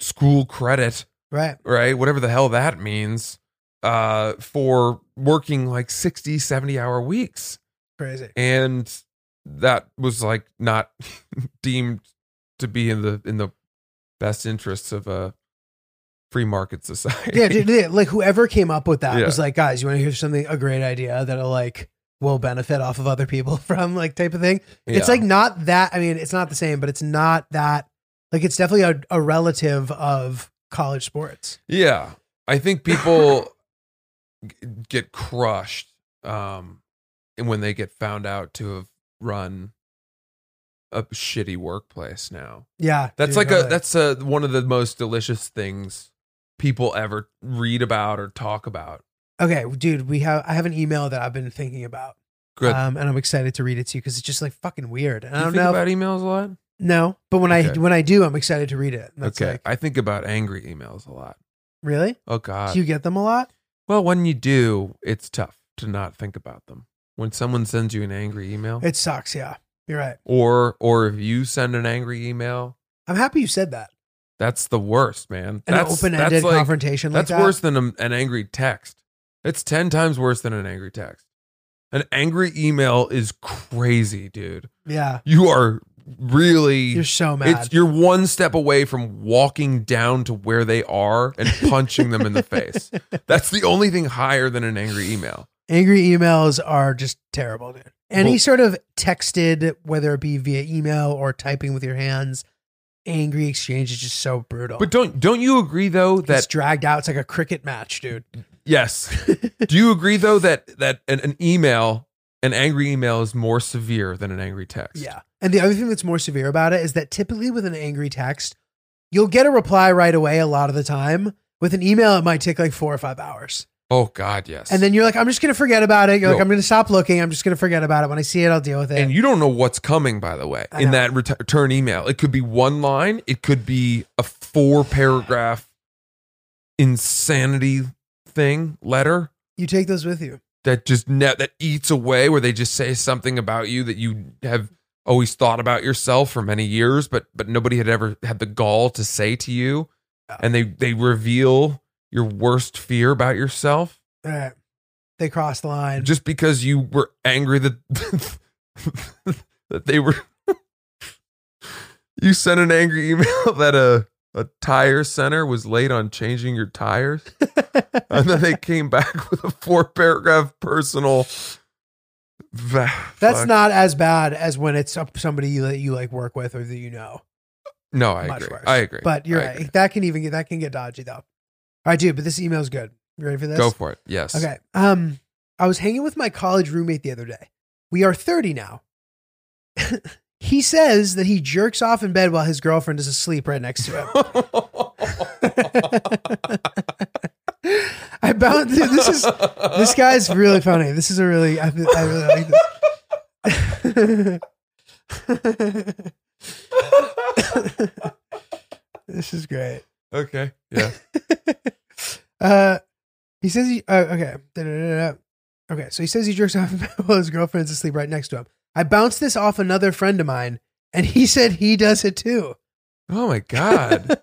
[SPEAKER 7] school credit
[SPEAKER 6] right.
[SPEAKER 7] right whatever the hell that means uh for working like 60 70 hour weeks
[SPEAKER 6] Crazy.
[SPEAKER 7] and that was like not deemed to be in the in the best interests of a free market society
[SPEAKER 6] Yeah, dude, yeah, like whoever came up with that
[SPEAKER 7] Yeah.
[SPEAKER 6] was like, guys, you want to hear something, a great idea that'll like will benefit off of other people from like type of thing. It's
[SPEAKER 7] Yeah.
[SPEAKER 6] like not that. I mean, it's not the same, but it's not that. Like it's definitely a, a relative of college sports.
[SPEAKER 7] Yeah, I think people g- get crushed um, and when they get found out to have run a shitty workplace. Now
[SPEAKER 6] Yeah,
[SPEAKER 7] that's
[SPEAKER 6] dude,
[SPEAKER 7] like a
[SPEAKER 6] totally.
[SPEAKER 7] that's a one of the most delicious things people ever read about or talk about.
[SPEAKER 6] okay, dude. We have I have an email that I've been thinking about,
[SPEAKER 7] Good.
[SPEAKER 6] um, and I'm excited to read it to you because it's just like fucking weird. And I
[SPEAKER 7] Do you
[SPEAKER 6] don't
[SPEAKER 7] think
[SPEAKER 6] know. if-
[SPEAKER 7] about emails a lot.
[SPEAKER 6] no, but when I
[SPEAKER 7] Okay.
[SPEAKER 6] when I do, I'm excited to read it. And That's
[SPEAKER 7] okay,
[SPEAKER 6] like,
[SPEAKER 7] I think about angry emails a lot.
[SPEAKER 6] really?
[SPEAKER 7] Oh God.
[SPEAKER 6] do you get them a lot?
[SPEAKER 7] well, when you do, it's tough to not think about them. When someone sends you an angry email,
[SPEAKER 6] It sucks. Yeah, you're right.
[SPEAKER 7] or or if you send an angry email,
[SPEAKER 6] I'm happy you said that.
[SPEAKER 7] That's the worst, man.
[SPEAKER 6] An
[SPEAKER 7] That's-
[SPEAKER 6] open ended
[SPEAKER 7] that's like-
[SPEAKER 6] confrontation like
[SPEAKER 7] That's
[SPEAKER 6] that.
[SPEAKER 7] worse than a, an angry text. It's ten times worse than an angry text. An angry email is crazy, dude.
[SPEAKER 6] Yeah.
[SPEAKER 7] You are really
[SPEAKER 6] You're so mad.
[SPEAKER 7] It's you're one step away from walking down to where they are and punching them in the face. That's the only thing higher than an angry email.
[SPEAKER 6] Angry emails are just terrible, dude. Any
[SPEAKER 7] Well-
[SPEAKER 6] sort of texted, whether it be via email or typing with your hands, angry exchange is just so brutal.
[SPEAKER 7] But don't don't you agree though
[SPEAKER 6] it's
[SPEAKER 7] that
[SPEAKER 6] dragged out. It's like a cricket match, dude.
[SPEAKER 7] yes. Do you agree though that that an, an email an angry email is more severe than an angry text?
[SPEAKER 6] Yeah. And the other thing that's more severe about it is that typically with an angry text, you'll get a reply right away a lot of the time. With an email, it might take like four or five hours.
[SPEAKER 7] Oh God, yes.
[SPEAKER 6] And then you're like, I'm just going to forget about it. You're like,
[SPEAKER 7] No.
[SPEAKER 6] I'm going to stop looking. I'm just going to forget about it. When I see it, I'll deal with it.
[SPEAKER 7] and you don't know what's coming. By the way,
[SPEAKER 6] I
[SPEAKER 7] in
[SPEAKER 6] know.
[SPEAKER 7] that ret- return email, it could be one line. It could be a four paragraph insanity thing letter
[SPEAKER 6] you take those with you.
[SPEAKER 7] that just net that eats away where they just say something about you that you have always thought about yourself for many years but but nobody had ever had the gall to say to you and they they reveal your worst fear about yourself
[SPEAKER 6] All right. They cross the line.
[SPEAKER 7] just because you were angry that that they were you sent an angry email that a a tire center was late on changing your tires and then they came back with a four paragraph personal va-
[SPEAKER 6] That's
[SPEAKER 7] fuck.
[SPEAKER 6] not as bad as when it's up- somebody that you like work with or that you know.
[SPEAKER 7] no i
[SPEAKER 6] Much
[SPEAKER 7] agree
[SPEAKER 6] worse.
[SPEAKER 7] i agree
[SPEAKER 6] But you're
[SPEAKER 7] I
[SPEAKER 6] right.
[SPEAKER 7] agree.
[SPEAKER 6] That can even get that can get dodgy though. All right, dude. But this email's good. You ready for this?
[SPEAKER 7] go for it yes
[SPEAKER 6] Okay. Um, I was hanging with my college roommate the other day. We are 30 now. he says that he jerks off in bed while his girlfriend is asleep right next to him. I bound. Dude, this is this guy's really funny. This is a really. I, I really like this. this is great.
[SPEAKER 7] okay yeah
[SPEAKER 6] Uh, he says he uh, okay. Da-da-da-da. Okay, so he says he jerks off while his girlfriend's asleep right next to him. I bounced this off another friend of mine, and he said he does it too.
[SPEAKER 7] oh my god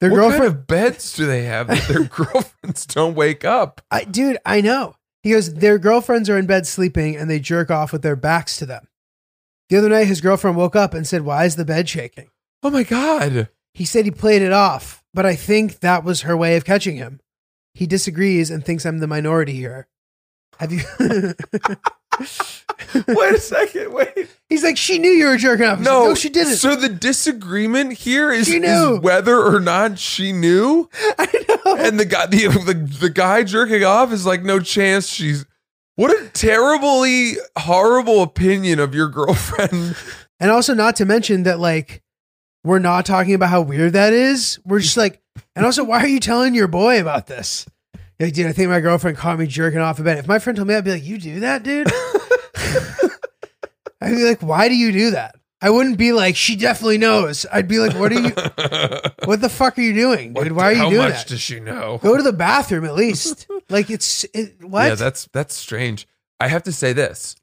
[SPEAKER 6] Their
[SPEAKER 7] what
[SPEAKER 6] girlfriend,
[SPEAKER 7] kind of beds do they have that their girlfriends don't wake up?
[SPEAKER 6] I, dude, I know. He goes, their girlfriends are in bed sleeping, and they jerk off with their backs to them. The other night, his girlfriend woke up and said, "Why is the bed shaking?"
[SPEAKER 7] Oh my god!
[SPEAKER 6] He said he played it off, but I think that was her way of catching him. He disagrees and thinks I'm the minority here. Have you?
[SPEAKER 7] Wait a second. Wait.
[SPEAKER 6] He's like, she knew you were jerking off. He's like,
[SPEAKER 7] No,
[SPEAKER 6] no, she didn't.
[SPEAKER 7] So the disagreement here is,
[SPEAKER 6] She knew. Uh-huh.
[SPEAKER 7] is whether or not she knew,
[SPEAKER 6] I know.
[SPEAKER 7] and the guy the, the the guy jerking off is like, no chance. She's what a terribly horrible opinion of your girlfriend.
[SPEAKER 6] And also, not to mention that, like, we're not talking about how weird that is. We're just like, and also, why are you telling your boy about this? You're Like, dude, I think my girlfriend caught me jerking off in bed. If my friend told me, I'd be like, you do that, dude? I'd be like, why do you do that? I wouldn't be like, she definitely knows. I'd be like, what are you, what the fuck are you doing, dude? Why are you
[SPEAKER 7] How
[SPEAKER 6] doing
[SPEAKER 7] much
[SPEAKER 6] that?
[SPEAKER 7] does she know?
[SPEAKER 6] Go to the bathroom at least. like, it's, it, what?
[SPEAKER 7] Yeah, that's that's strange. I have to say this.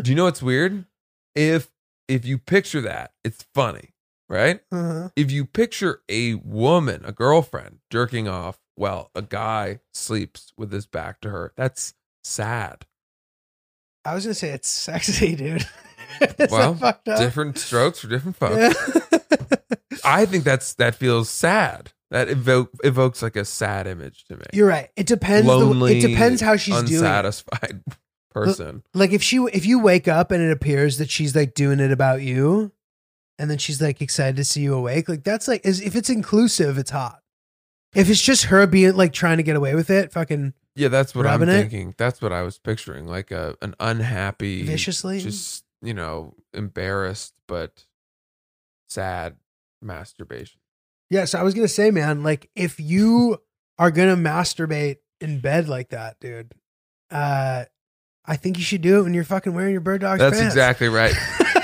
[SPEAKER 7] Do you know what's weird? If if you picture that, it's funny, right?
[SPEAKER 6] Uh-huh.
[SPEAKER 7] If you picture a woman, a girlfriend, jerking off while a guy sleeps with his back to her, that's sad.
[SPEAKER 6] I was gonna say it's sexy, dude. Is
[SPEAKER 7] well,
[SPEAKER 6] that fucked up?
[SPEAKER 7] different strokes for different folks.
[SPEAKER 6] Yeah.
[SPEAKER 7] I think that's that feels sad. That evoke evokes like a sad image to me.
[SPEAKER 6] You're right. It depends. the-
[SPEAKER 7] Lonely,
[SPEAKER 6] it depends how she's doing. it.
[SPEAKER 7] unsatisfied person.
[SPEAKER 6] Like if she if you wake up and it appears that she's like doing it about you, and then she's like excited to see you awake. Like that's like is if it's inclusive, it's hot. If it's just her being like trying to get away with it, fucking
[SPEAKER 7] Yeah, that's what
[SPEAKER 6] Rubbing
[SPEAKER 7] I'm
[SPEAKER 6] it?
[SPEAKER 7] thinking. That's what I was picturing, like a an unhappy,
[SPEAKER 6] Viciously?
[SPEAKER 7] just you know, embarrassed but sad masturbation.
[SPEAKER 6] yeah. So I was gonna say, man, like if you are gonna masturbate in bed like that, dude, uh, I think you should do it when you're fucking wearing your bird dog's
[SPEAKER 7] That's
[SPEAKER 6] pants.
[SPEAKER 7] exactly right.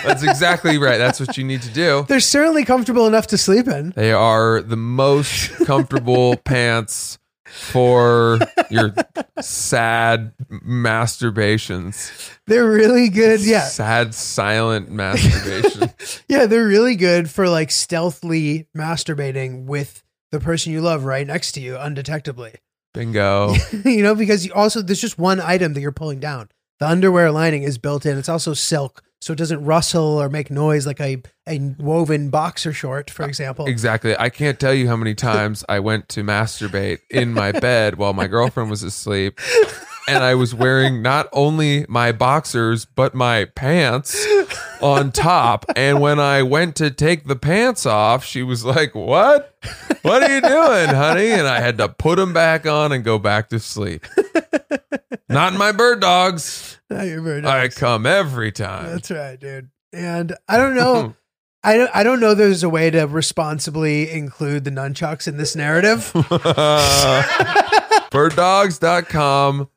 [SPEAKER 7] That's exactly right. That's what you need to do.
[SPEAKER 6] They're certainly comfortable enough to sleep in.
[SPEAKER 7] They are the most comfortable pants for your sad masturbations.
[SPEAKER 6] They're really good. Yeah.
[SPEAKER 7] Sad silent masturbation.
[SPEAKER 6] Yeah, they're really good for like stealthily masturbating with the person you love right next to you undetectably.
[SPEAKER 7] Bingo.
[SPEAKER 6] you know, because you also there's just one item that you're pulling down. The underwear lining is built in. It's also silk, so it doesn't rustle or make noise like a, a woven boxer short, for example.
[SPEAKER 7] Exactly. I can't tell you how many times I went to masturbate in my bed while my girlfriend was asleep. And I was wearing not only my boxers, but my pants on top. And when I went to take the pants off, she was like, What? What are you doing, honey? And I had to put them back on and go back to sleep. Not my bird dogs.
[SPEAKER 6] Not your bird
[SPEAKER 7] I
[SPEAKER 6] dogs.
[SPEAKER 7] come every time.
[SPEAKER 6] That's right, dude. And I don't know. I don't, I don't know there's a way to responsibly include the nunchucks in this narrative.
[SPEAKER 7] birddogs.com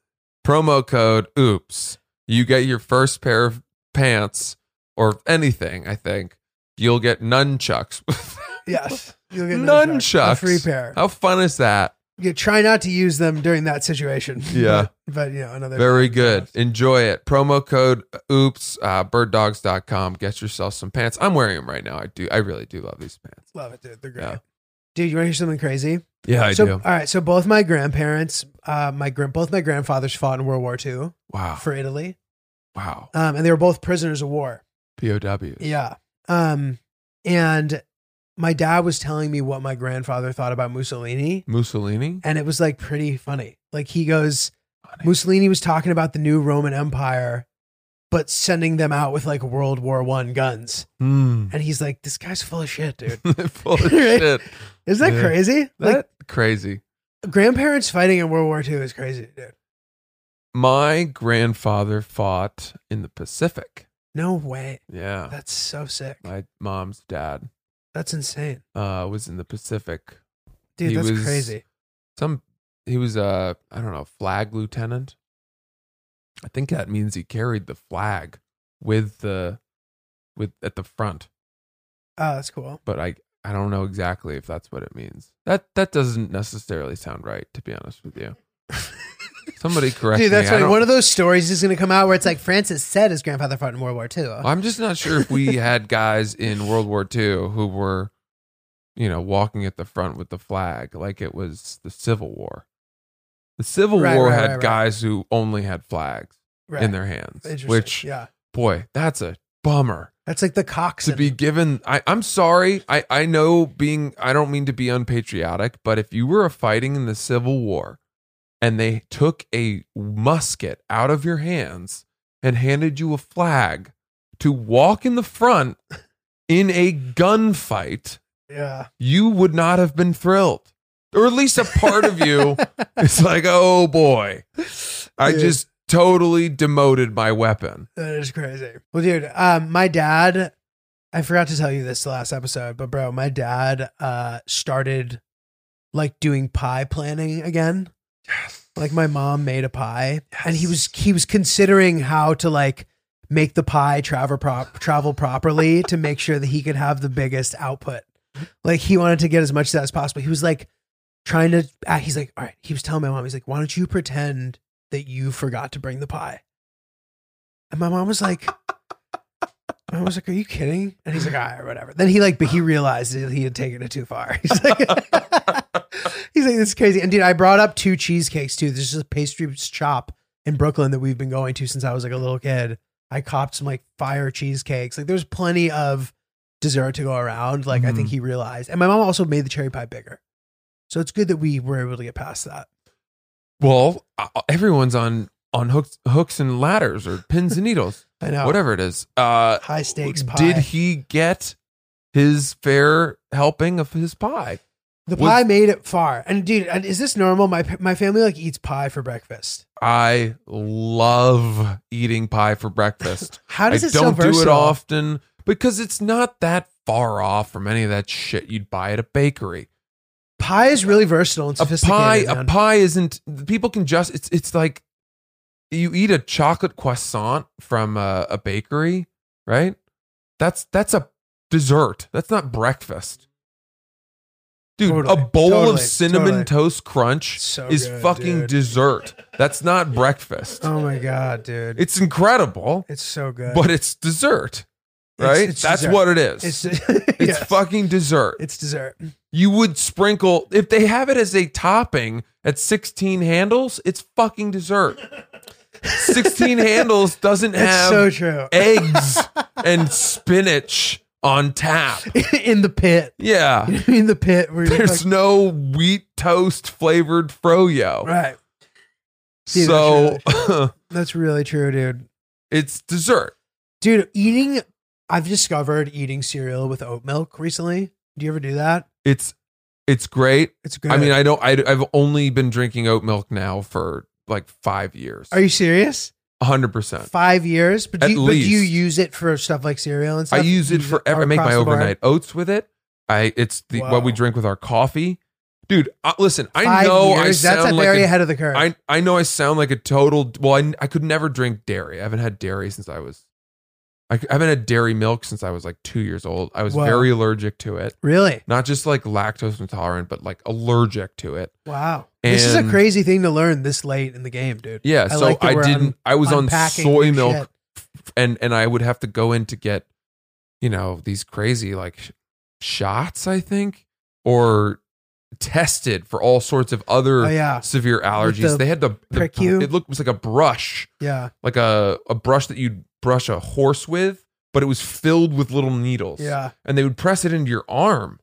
[SPEAKER 7] promo code oops you get your first pair of pants or anything i think you'll get nunchucks
[SPEAKER 6] Yes. You'll get
[SPEAKER 7] nunchucks Uh,
[SPEAKER 6] A free pair.
[SPEAKER 7] how fun is that
[SPEAKER 6] You try not to use them during that situation.
[SPEAKER 7] Yeah.
[SPEAKER 6] But, but, you know, another
[SPEAKER 7] very good enjoy it promo code oops uh, birddogs.com get yourself some pants i'm wearing them right now i do i really do love these pants
[SPEAKER 6] Love it, dude. They're great.
[SPEAKER 7] Yeah.
[SPEAKER 6] Dude, you want to hear something crazy?
[SPEAKER 7] yeah i
[SPEAKER 6] so, uh,
[SPEAKER 7] do
[SPEAKER 6] All right. So both my grandparents, uh, my grand, both my grandfathers fought in World War II
[SPEAKER 7] wow
[SPEAKER 6] for Italy,
[SPEAKER 7] wow
[SPEAKER 6] um, and they were both prisoners of war.
[SPEAKER 7] pow
[SPEAKER 6] Yeah. Um, and my dad was telling me what my grandfather thought about Mussolini,
[SPEAKER 7] mussolini
[SPEAKER 6] and it was like pretty funny. Like he goes, Mussolini was talking about the new Roman Empire, but sending them out with like World War One guns,
[SPEAKER 7] Hmm.
[SPEAKER 6] and he's like, "This guy's full of shit, dude."
[SPEAKER 7] full of shit
[SPEAKER 6] Is that
[SPEAKER 7] Yeah.
[SPEAKER 6] crazy? Like
[SPEAKER 7] that crazy
[SPEAKER 6] grandparents fighting in World War II is crazy, dude.
[SPEAKER 7] My grandfather fought in the Pacific.
[SPEAKER 6] No way.
[SPEAKER 7] Yeah.
[SPEAKER 6] That's so sick.
[SPEAKER 7] My mom's dad
[SPEAKER 6] That's insane.
[SPEAKER 7] uh, was in the Pacific.
[SPEAKER 6] Dude,
[SPEAKER 7] He
[SPEAKER 6] that's
[SPEAKER 7] was-
[SPEAKER 6] crazy.
[SPEAKER 7] Some he was a I don't know, flag lieutenant. I think that means he carried the flag with the with at the front,
[SPEAKER 6] Oh, that's cool.
[SPEAKER 7] but I I don't know exactly if that's what it means. That that doesn't necessarily sound right to be honest with you. Somebody correct
[SPEAKER 6] Dude, that's
[SPEAKER 7] me. I
[SPEAKER 6] funny.
[SPEAKER 7] don't-
[SPEAKER 6] One of those stories is going to come out where it's like Francis said his grandfather fought in World War II.
[SPEAKER 7] I'm just not sure if we had guys in World War II who were, you know, walking at the front with the flag like it was the Civil War. The Civil
[SPEAKER 6] Right,
[SPEAKER 7] War
[SPEAKER 6] right,
[SPEAKER 7] had
[SPEAKER 6] right, right.
[SPEAKER 7] guys who only had flags
[SPEAKER 6] Right.
[SPEAKER 7] in their hands,
[SPEAKER 6] Interesting.
[SPEAKER 7] which,
[SPEAKER 6] yeah,
[SPEAKER 7] boy, that's a bummer
[SPEAKER 6] that's like the Cox.
[SPEAKER 7] to be given. I, I'm sorry. I, I know being, I don't mean to be unpatriotic, but if you were fighting in the Civil War and they took a musket out of your hands and handed you a flag to walk in the front in a gunfight,
[SPEAKER 6] yeah,
[SPEAKER 7] you would not have been thrilled. Or at least a part of you is like, oh boy, I
[SPEAKER 6] Dude.
[SPEAKER 7] just totally demoted my weapon.
[SPEAKER 6] that is crazy. Well, dude, um, my dad. I forgot to tell you this last episode, but bro, my dad uh started like doing pie planning again. Yes. Like my mom made a pie, and he was he was considering how to like make the pie travel prop travel properly to make sure that he could have the biggest output. Like he wanted to get as much of that as possible. He was like trying to. ah, He's like, all right. He was telling my mom, he's like, why don't you pretend that you forgot to bring the pie? And my mom was like. I was like, "Are you kidding?" And he's like, "All right, whatever." Then he like, but he realized that he had taken it too far. He's like, he's like, "This is crazy." And dude, I brought up two cheesecakes too. There's just a pastry shop in Brooklyn that we've been going to since I was like a little kid. I copped some like fire cheesecakes. Like, there's plenty of dessert to go around. Like, I think
[SPEAKER 7] Mhm.
[SPEAKER 6] he realized. And my mom also made the cherry pie bigger, so it's good that we were able to get past that.
[SPEAKER 7] Well, uh, everyone's on on hooks, hooks and ladders or pins and needles,
[SPEAKER 6] I know.
[SPEAKER 7] whatever it is. Uh,
[SPEAKER 6] High stakes pie.
[SPEAKER 7] did he get his fair helping of his pie?
[SPEAKER 6] the
[SPEAKER 7] was-
[SPEAKER 6] pie made it far? And dude, and is this normal? My my family like eats pie for breakfast.
[SPEAKER 7] I love eating pie for breakfast.
[SPEAKER 6] How
[SPEAKER 7] I
[SPEAKER 6] does it so
[SPEAKER 7] don't do it
[SPEAKER 6] versatile?
[SPEAKER 7] often because it's not that far off from any of that shit you'd buy at a bakery.
[SPEAKER 6] Pie is really versatile and
[SPEAKER 7] A pie,
[SPEAKER 6] sophisticated.
[SPEAKER 7] a pie isn't. People can just. It's it's like you eat a chocolate croissant from a, a bakery, right? That's that's a dessert. That's not breakfast. Dude,
[SPEAKER 6] Totally.
[SPEAKER 7] a bowl
[SPEAKER 6] Totally.
[SPEAKER 7] of cinnamon
[SPEAKER 6] Totally.
[SPEAKER 7] toast crunch
[SPEAKER 6] So
[SPEAKER 7] is
[SPEAKER 6] good,
[SPEAKER 7] fucking
[SPEAKER 6] dude.
[SPEAKER 7] dessert. That's not breakfast.
[SPEAKER 6] Oh my god, dude!
[SPEAKER 7] It's incredible,
[SPEAKER 6] It's so good.
[SPEAKER 7] but it's dessert,
[SPEAKER 6] It's-
[SPEAKER 7] right?
[SPEAKER 6] it's
[SPEAKER 7] That's
[SPEAKER 6] dessert.
[SPEAKER 7] what it is.
[SPEAKER 6] it's
[SPEAKER 7] It's,
[SPEAKER 6] yes.
[SPEAKER 7] fucking dessert.
[SPEAKER 6] It's dessert.
[SPEAKER 7] You would sprinkle if they have it as a topping at 16 handles, it's fucking dessert. 16 handles doesn't
[SPEAKER 6] It's
[SPEAKER 7] have
[SPEAKER 6] so true.
[SPEAKER 7] eggs and spinach on tap.
[SPEAKER 6] In the pit,
[SPEAKER 7] Yeah.
[SPEAKER 6] in the pit, where you're
[SPEAKER 7] There's
[SPEAKER 6] like,
[SPEAKER 7] no wheat toast flavored froyo.
[SPEAKER 6] right. Dude,
[SPEAKER 7] So
[SPEAKER 6] That's really true, dude.
[SPEAKER 7] it's dessert.
[SPEAKER 6] Dude, eating. I've discovered eating cereal with oat milk recently. Do you ever do that?
[SPEAKER 7] It's it's great.
[SPEAKER 6] It's good.
[SPEAKER 7] I mean, I don't I, I've only been drinking oat milk now for like 5 years.
[SPEAKER 6] are you serious?
[SPEAKER 7] 100%.
[SPEAKER 6] Five years, but do,
[SPEAKER 7] At
[SPEAKER 6] you, but do you
[SPEAKER 7] least.
[SPEAKER 6] use it for stuff like cereal and
[SPEAKER 7] I
[SPEAKER 6] stuff?
[SPEAKER 7] use it for every. I make
[SPEAKER 6] across
[SPEAKER 7] my
[SPEAKER 6] the board?
[SPEAKER 7] overnight oats with it. I it's the what we
[SPEAKER 6] Wow.
[SPEAKER 7] drink with our coffee. dude. Uh, listen, I
[SPEAKER 6] Five
[SPEAKER 7] know
[SPEAKER 6] years.
[SPEAKER 7] I sound
[SPEAKER 6] That's a
[SPEAKER 7] like
[SPEAKER 6] very
[SPEAKER 7] a-
[SPEAKER 6] ahead of the curve.
[SPEAKER 7] I I know I sound like a total. Well, I I could never drink dairy. I haven't had dairy since I was. I, c- I haven't had dairy milk since I was like two years old. I was
[SPEAKER 6] Wow.
[SPEAKER 7] very allergic to it.
[SPEAKER 6] really?
[SPEAKER 7] Not just like lactose intolerant, but like allergic to it.
[SPEAKER 6] Wow. this is a
[SPEAKER 7] And-
[SPEAKER 6] crazy thing to learn this late in the game, dude.
[SPEAKER 7] Yeah, so
[SPEAKER 6] like that
[SPEAKER 7] I
[SPEAKER 6] we're
[SPEAKER 7] didn't.
[SPEAKER 6] un-
[SPEAKER 7] I was on
[SPEAKER 6] unpacking
[SPEAKER 7] soy
[SPEAKER 6] your
[SPEAKER 7] milk,
[SPEAKER 6] shit.
[SPEAKER 7] f- and and I would have to go in to get, you know, these crazy like sh- shots, I think, or tested for all sorts of other
[SPEAKER 6] Oh, yeah.
[SPEAKER 7] severe allergies.
[SPEAKER 6] the
[SPEAKER 7] they had to
[SPEAKER 6] prick you?
[SPEAKER 7] It looked it was like a brush,
[SPEAKER 6] Yeah.
[SPEAKER 7] like a a brush that you'd brush a horse with, but it was filled with little needles.
[SPEAKER 6] Yeah.
[SPEAKER 7] and they would press it into your arm.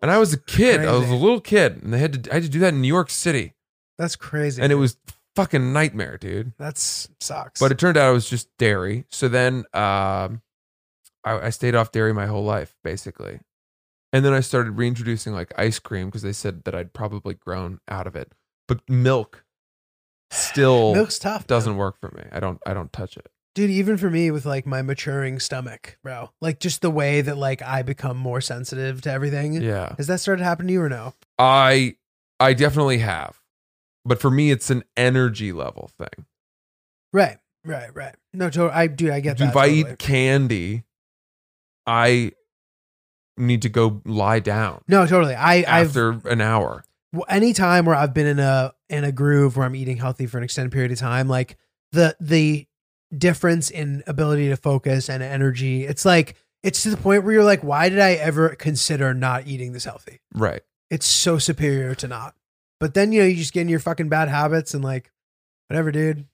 [SPEAKER 7] And I was a kid. I was a
[SPEAKER 6] Crazy.
[SPEAKER 7] little kid, and they had to. I had to do that in New York City,
[SPEAKER 6] That's crazy.
[SPEAKER 7] and it
[SPEAKER 6] dude.
[SPEAKER 7] was fucking nightmare, dude.
[SPEAKER 6] that's sucks.
[SPEAKER 7] But it turned out it was just dairy. So then um, I, I stayed off dairy my whole life, basically. And then I started reintroducing like ice cream because they said that I'd probably grown out of it. But milk still
[SPEAKER 6] milk's tough. man.
[SPEAKER 7] doesn't work for me. I don't. I don't touch it.
[SPEAKER 6] dude even for me with like my maturing stomach bro like just the way that like i become more sensitive to everything
[SPEAKER 7] Yeah,
[SPEAKER 6] has that started happening to you or no
[SPEAKER 7] I I definitely have. But for me, it's an energy level thing.
[SPEAKER 6] right right right no totally i dude i get
[SPEAKER 7] Dude,
[SPEAKER 6] that
[SPEAKER 7] if I
[SPEAKER 6] totally.
[SPEAKER 7] eat candy, I need to go lie down
[SPEAKER 6] no totally i i've
[SPEAKER 7] after an hour.
[SPEAKER 6] w- any time where i've been in a in a groove where i'm eating healthy for an extended period of time like the the difference in ability to focus and energy it's like it's to the point where you're like why did i ever consider not eating this healthy
[SPEAKER 7] Right.
[SPEAKER 6] it's so superior to not. But then you know you just get in your fucking bad habits and like whatever, dude.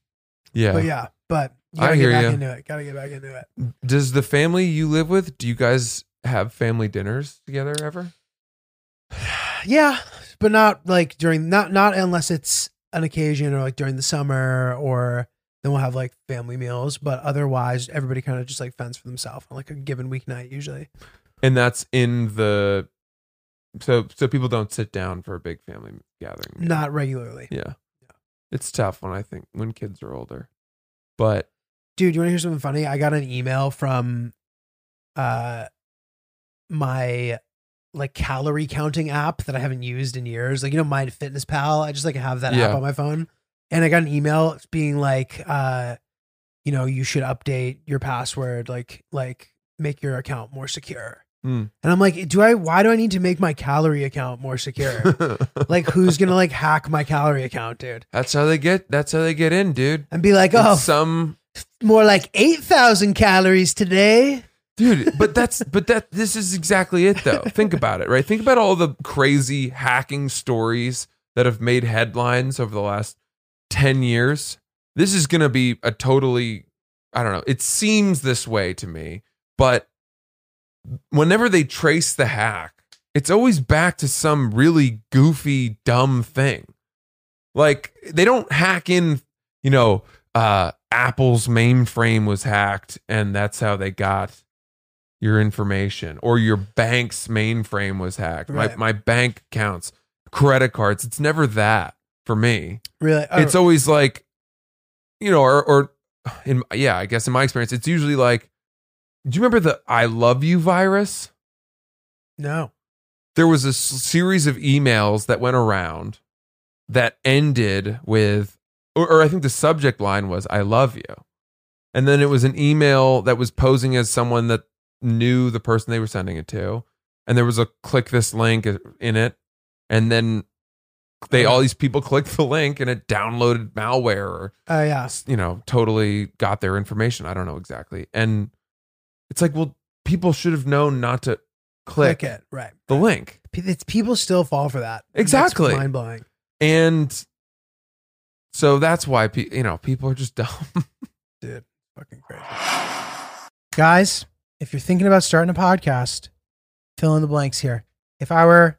[SPEAKER 7] Yeah.
[SPEAKER 6] But yeah, but you
[SPEAKER 7] I
[SPEAKER 6] gotta
[SPEAKER 7] hear
[SPEAKER 6] get back
[SPEAKER 7] ya.
[SPEAKER 6] into it. Gotta get back into it.
[SPEAKER 7] Does the family you live with, do you guys have family dinners together ever?
[SPEAKER 6] Yeah, but not like during not not unless it's an occasion or like during the summer or then we'll have like family meals. But otherwise, everybody kind of just like fends for themselves on like a given weeknight usually.
[SPEAKER 7] And that's in the so so people don't sit down for a big family gathering. meal.
[SPEAKER 6] Not regularly,
[SPEAKER 7] Yeah. It's tough when I think when kids are older. But
[SPEAKER 6] dude. You want to hear something funny? I got an email from uh my like calorie counting app that I haven't used in years. Like, you know, my fitness pal. I just like have that
[SPEAKER 7] Yeah.
[SPEAKER 6] app on my phone. And I got an email being like, uh, you know, you should update your password, like like make your account more secure.
[SPEAKER 7] Hmm.
[SPEAKER 6] And I'm like, do I why do I need to make my calorie account more secure? like who's gonna like hack my calorie account, dude?
[SPEAKER 7] that's how they get that's how they get in, dude.
[SPEAKER 6] And be like,
[SPEAKER 7] It's
[SPEAKER 6] oh,
[SPEAKER 7] Some
[SPEAKER 6] more like eight thousand calories today.
[SPEAKER 7] dude, but that's but that this is exactly it though. Think about it, right? Think about all the crazy hacking stories that have made headlines over the last 10 years. This is going to be a totally, I don't know, it seems this way to me, but whenever they trace the hack, it's always back to some really goofy, dumb thing. Like they don't hack in, you know, uh, Apple's mainframe was hacked and that's how they got your information or your bank's mainframe was hacked.
[SPEAKER 6] Right.
[SPEAKER 7] My, my bank accounts, credit cards. It's never that for me
[SPEAKER 6] Really? Oh,
[SPEAKER 7] it's always like you know or or in yeah i guess in my experience it's usually like do you remember the i love you virus
[SPEAKER 6] no.
[SPEAKER 7] there was a s- series of emails that went around that ended with or, or i think the subject line was i love you and then it was an email that was posing as someone that knew the person they were sending it to and there was a click this link uh, in it and then they all these people clicked the link and it downloaded malware or
[SPEAKER 6] Oh yeah.
[SPEAKER 7] s- you know, totally got their information. I don't know exactly. And it's like, well, people should have known not to click,
[SPEAKER 6] Click it. Right.
[SPEAKER 7] the link.
[SPEAKER 6] P- It's, people still fall for that.
[SPEAKER 7] Exactly.
[SPEAKER 6] Mind blowing.
[SPEAKER 7] And so that's why, pe- you know, people are just dumb.
[SPEAKER 6] Fucking crazy. Guys, if you're thinking about starting a podcast, fill in the blanks here. If I were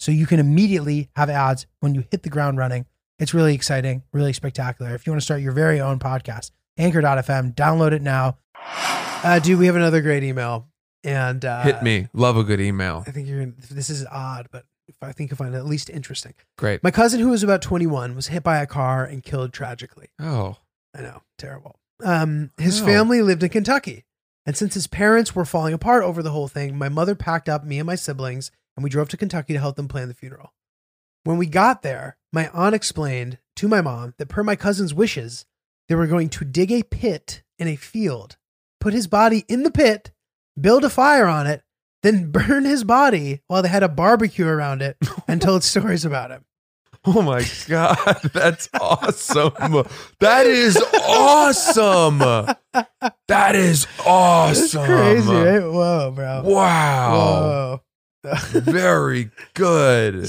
[SPEAKER 6] So you can immediately have ads when you hit the ground running. It's really exciting, really spectacular. If you want to start your very own podcast, anchor.fm, download it now. Uh, dude, we have another great email. And uh,
[SPEAKER 7] Hit me. Love a good email.
[SPEAKER 6] I think you're. gonna- This is odd, but I think you'll find it at least interesting.
[SPEAKER 7] Great.
[SPEAKER 6] My cousin, who was about 21, was hit by a car and killed tragically.
[SPEAKER 7] Oh,
[SPEAKER 6] I know, terrible. Um, his
[SPEAKER 7] No.
[SPEAKER 6] family lived in Kentucky, and since his parents were falling apart over the whole thing, my mother packed up me and my siblings, and we drove to Kentucky to help them plan the funeral. When we got there, my aunt explained to my mom that, per my cousin's wishes, they were going to dig a pit in a field, put his body in the pit, build a fire on it, then burn his body while they had a barbecue around it and told stories about him.
[SPEAKER 7] oh my God. That's awesome. That is awesome. That is
[SPEAKER 6] That's
[SPEAKER 7] awesome.
[SPEAKER 6] crazy, right? Whoa, bro.
[SPEAKER 7] uh, Wow.
[SPEAKER 6] Whoa.
[SPEAKER 7] Very good.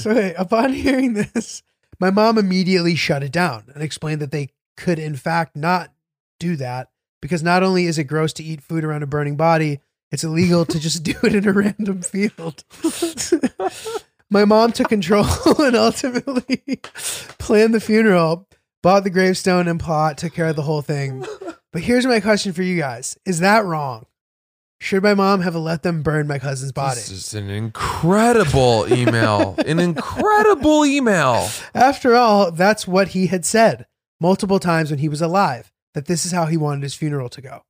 [SPEAKER 6] so hey, upon hearing this, my mom immediately shut it down and explained that they could in fact not do that because not only is it gross to eat food around a burning body, it's illegal to just do it in a random field. my mom took control and ultimately planned the funeral, bought the gravestone and plot, took care of the whole thing. But here's my question for you guys. Is that wrong? Should my mom have let them burn my cousin's body?
[SPEAKER 7] This is an incredible email. an incredible email.
[SPEAKER 6] After all, that's what he had said multiple times when he was alive that this is how he wanted his funeral to go.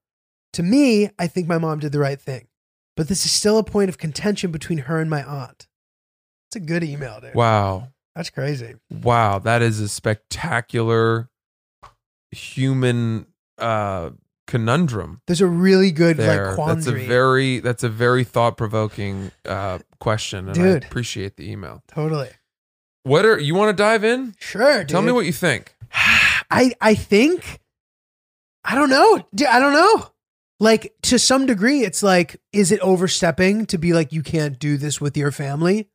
[SPEAKER 6] To me, I think my mom did the right thing, but this is still a point of contention between her and my aunt. It's a good email, dude.
[SPEAKER 7] Wow.
[SPEAKER 6] That's crazy.
[SPEAKER 7] Wow, that is a spectacular human uh conundrum
[SPEAKER 6] There's a really good
[SPEAKER 7] there.
[SPEAKER 6] like
[SPEAKER 7] that's a
[SPEAKER 6] quandary.
[SPEAKER 7] very that's a very thought provoking uh question and
[SPEAKER 6] Dude.
[SPEAKER 7] I appreciate the email.
[SPEAKER 6] totally
[SPEAKER 7] What are you want to dive in?
[SPEAKER 6] sure. Dude.
[SPEAKER 7] Tell me what you think.
[SPEAKER 6] I I think I don't know. Dude, I don't know. Like to some degree, it's like, is it overstepping to be like you can't do this with your family?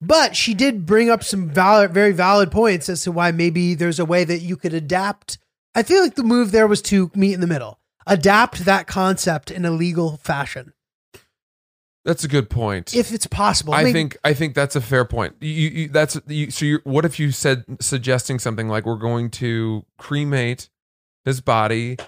[SPEAKER 6] But she did bring up some valid, very valid points as to why maybe there's a way that you could adapt. I feel like the move there was to meet in the middle, adapt that concept in a legal fashion,
[SPEAKER 7] That's a good point.
[SPEAKER 6] if it's possible.
[SPEAKER 7] I
[SPEAKER 6] mean,
[SPEAKER 7] think I think that's a fair point. You, you that's you, so. You're, what if you said suggesting something like we're going to cremate his body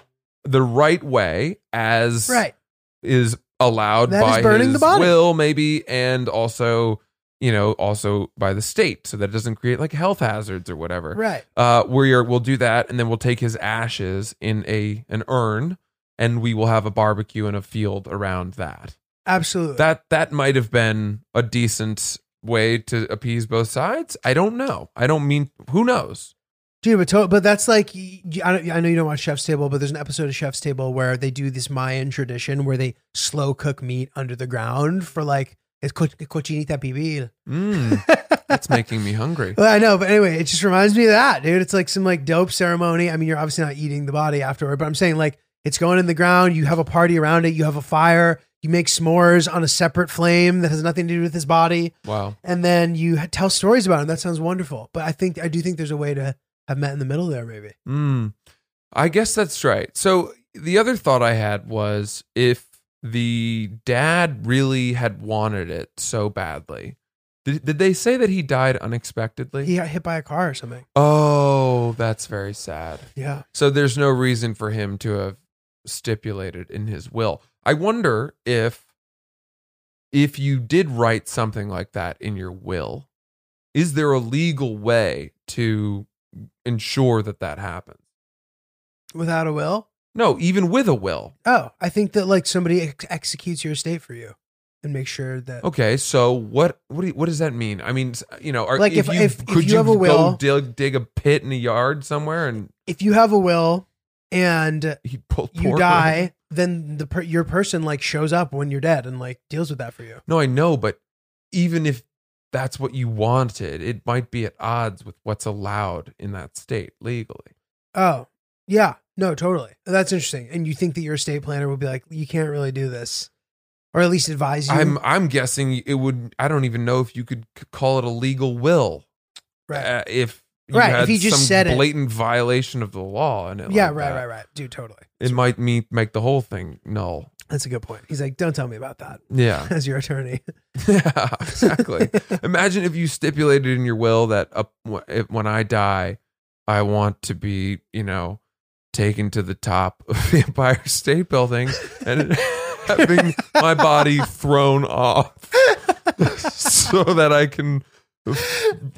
[SPEAKER 7] the right way as
[SPEAKER 6] right.
[SPEAKER 7] is allowed
[SPEAKER 6] That is
[SPEAKER 7] by
[SPEAKER 6] burning
[SPEAKER 7] his
[SPEAKER 6] the body.
[SPEAKER 7] will, maybe, and also you know also by the state, so that it doesn't create like health hazards or whatever.
[SPEAKER 6] Right.
[SPEAKER 7] Uh, where you're, we'll do that, and then we'll take his ashes in a an urn, and we will have a barbecue in a field around that.
[SPEAKER 6] Absolutely.
[SPEAKER 7] That that might have been a decent way to appease both sides. I don't know. I don't mean who knows.
[SPEAKER 6] Dude, but, to- but that's like y- y- I, don't, I know you don't watch Chef's Table, but there's an episode of Chef's Table where they do this Mayan tradition where they slow cook meat under the ground for like it's co- cochinita pibil.
[SPEAKER 7] Mm, that's making me hungry.
[SPEAKER 6] Well, I know, but anyway, it just reminds me of that, dude. It's like some like dope ceremony. I mean, you're obviously not eating the body afterward, but I'm saying like it's going in the ground. You have a party around it. You have a fire. You make s'mores on a separate flame that has nothing to do with his body,
[SPEAKER 7] Wow.
[SPEAKER 6] and then you ha- tell stories about him. That sounds wonderful. But I think I do think there's a way to have met in the middle there, maybe.
[SPEAKER 7] Mm, I guess that's right. So the other thought I had was if the dad really had wanted it so badly, did, did they say that he died unexpectedly?
[SPEAKER 6] He got hit by a car or something.
[SPEAKER 7] oh, that's very sad.
[SPEAKER 6] Yeah.
[SPEAKER 7] So there's no reason for him to have stipulated in his will. I wonder if if you did write something like that in your will, is there a legal way to ensure that that happens?
[SPEAKER 6] Without a will?
[SPEAKER 7] No, even with a will.
[SPEAKER 6] Oh, I think that like somebody ex- executes your estate for you and makes sure that.
[SPEAKER 7] Okay, so what what do you, what does that mean? I mean, s- you know, are,
[SPEAKER 6] Like,
[SPEAKER 7] if,
[SPEAKER 6] if-
[SPEAKER 7] you
[SPEAKER 6] if- if
[SPEAKER 7] could
[SPEAKER 6] you
[SPEAKER 7] you,
[SPEAKER 6] have a will-
[SPEAKER 7] go dig, dig a pit in a yard somewhere and
[SPEAKER 6] If you have a will and
[SPEAKER 7] he pull
[SPEAKER 6] you
[SPEAKER 7] pork?
[SPEAKER 6] die, then the per- your person like shows up when you're dead and like deals with that for you.
[SPEAKER 7] No, I know, but even if that's what you wanted, it might be at odds with what's allowed in that state legally.
[SPEAKER 6] Oh, yeah. No, totally. That's interesting. And you think that your estate planner will be like, you can't really do this, or at least advise you.
[SPEAKER 7] I'm uh, I'm guessing it would. I don't even know if you could c- call it a legal will
[SPEAKER 6] right.
[SPEAKER 7] uh, if you
[SPEAKER 6] Right, if
[SPEAKER 7] had
[SPEAKER 6] he just
[SPEAKER 7] some
[SPEAKER 6] said it.
[SPEAKER 7] blatant violation of the law in it.
[SPEAKER 6] yeah,
[SPEAKER 7] like
[SPEAKER 6] right,
[SPEAKER 7] that.
[SPEAKER 6] right, right. Dude, totally.
[SPEAKER 7] It might mean, make the whole thing null.
[SPEAKER 6] That's a good point. He's like, don't tell me about that
[SPEAKER 7] Yeah.
[SPEAKER 6] as your attorney.
[SPEAKER 7] Yeah, exactly. Imagine if you stipulated in your will that up, if, when I die, I want to be, you know, taken to the top of the Empire State Building and having my body thrown off so that I can,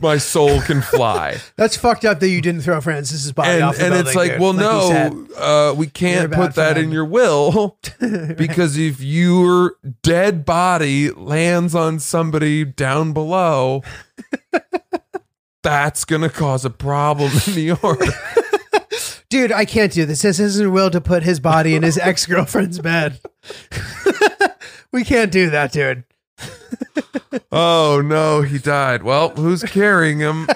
[SPEAKER 7] my soul can fly.
[SPEAKER 6] That's fucked up that you didn't throw Francis's body
[SPEAKER 7] and
[SPEAKER 6] off the
[SPEAKER 7] and
[SPEAKER 6] building,
[SPEAKER 7] it's like,
[SPEAKER 6] dude.
[SPEAKER 7] well,
[SPEAKER 6] you said.
[SPEAKER 7] no, uh, we can't
[SPEAKER 6] You're a
[SPEAKER 7] put
[SPEAKER 6] bad
[SPEAKER 7] that in
[SPEAKER 6] friend.
[SPEAKER 7] your will because if your dead body lands on somebody down below, that's gonna cause a problem in the order.
[SPEAKER 6] Dude, I can't do this. This isn't will to put his body in his ex girlfriend's bed. we can't do that, dude.
[SPEAKER 7] oh no, he died. Well, who's carrying him?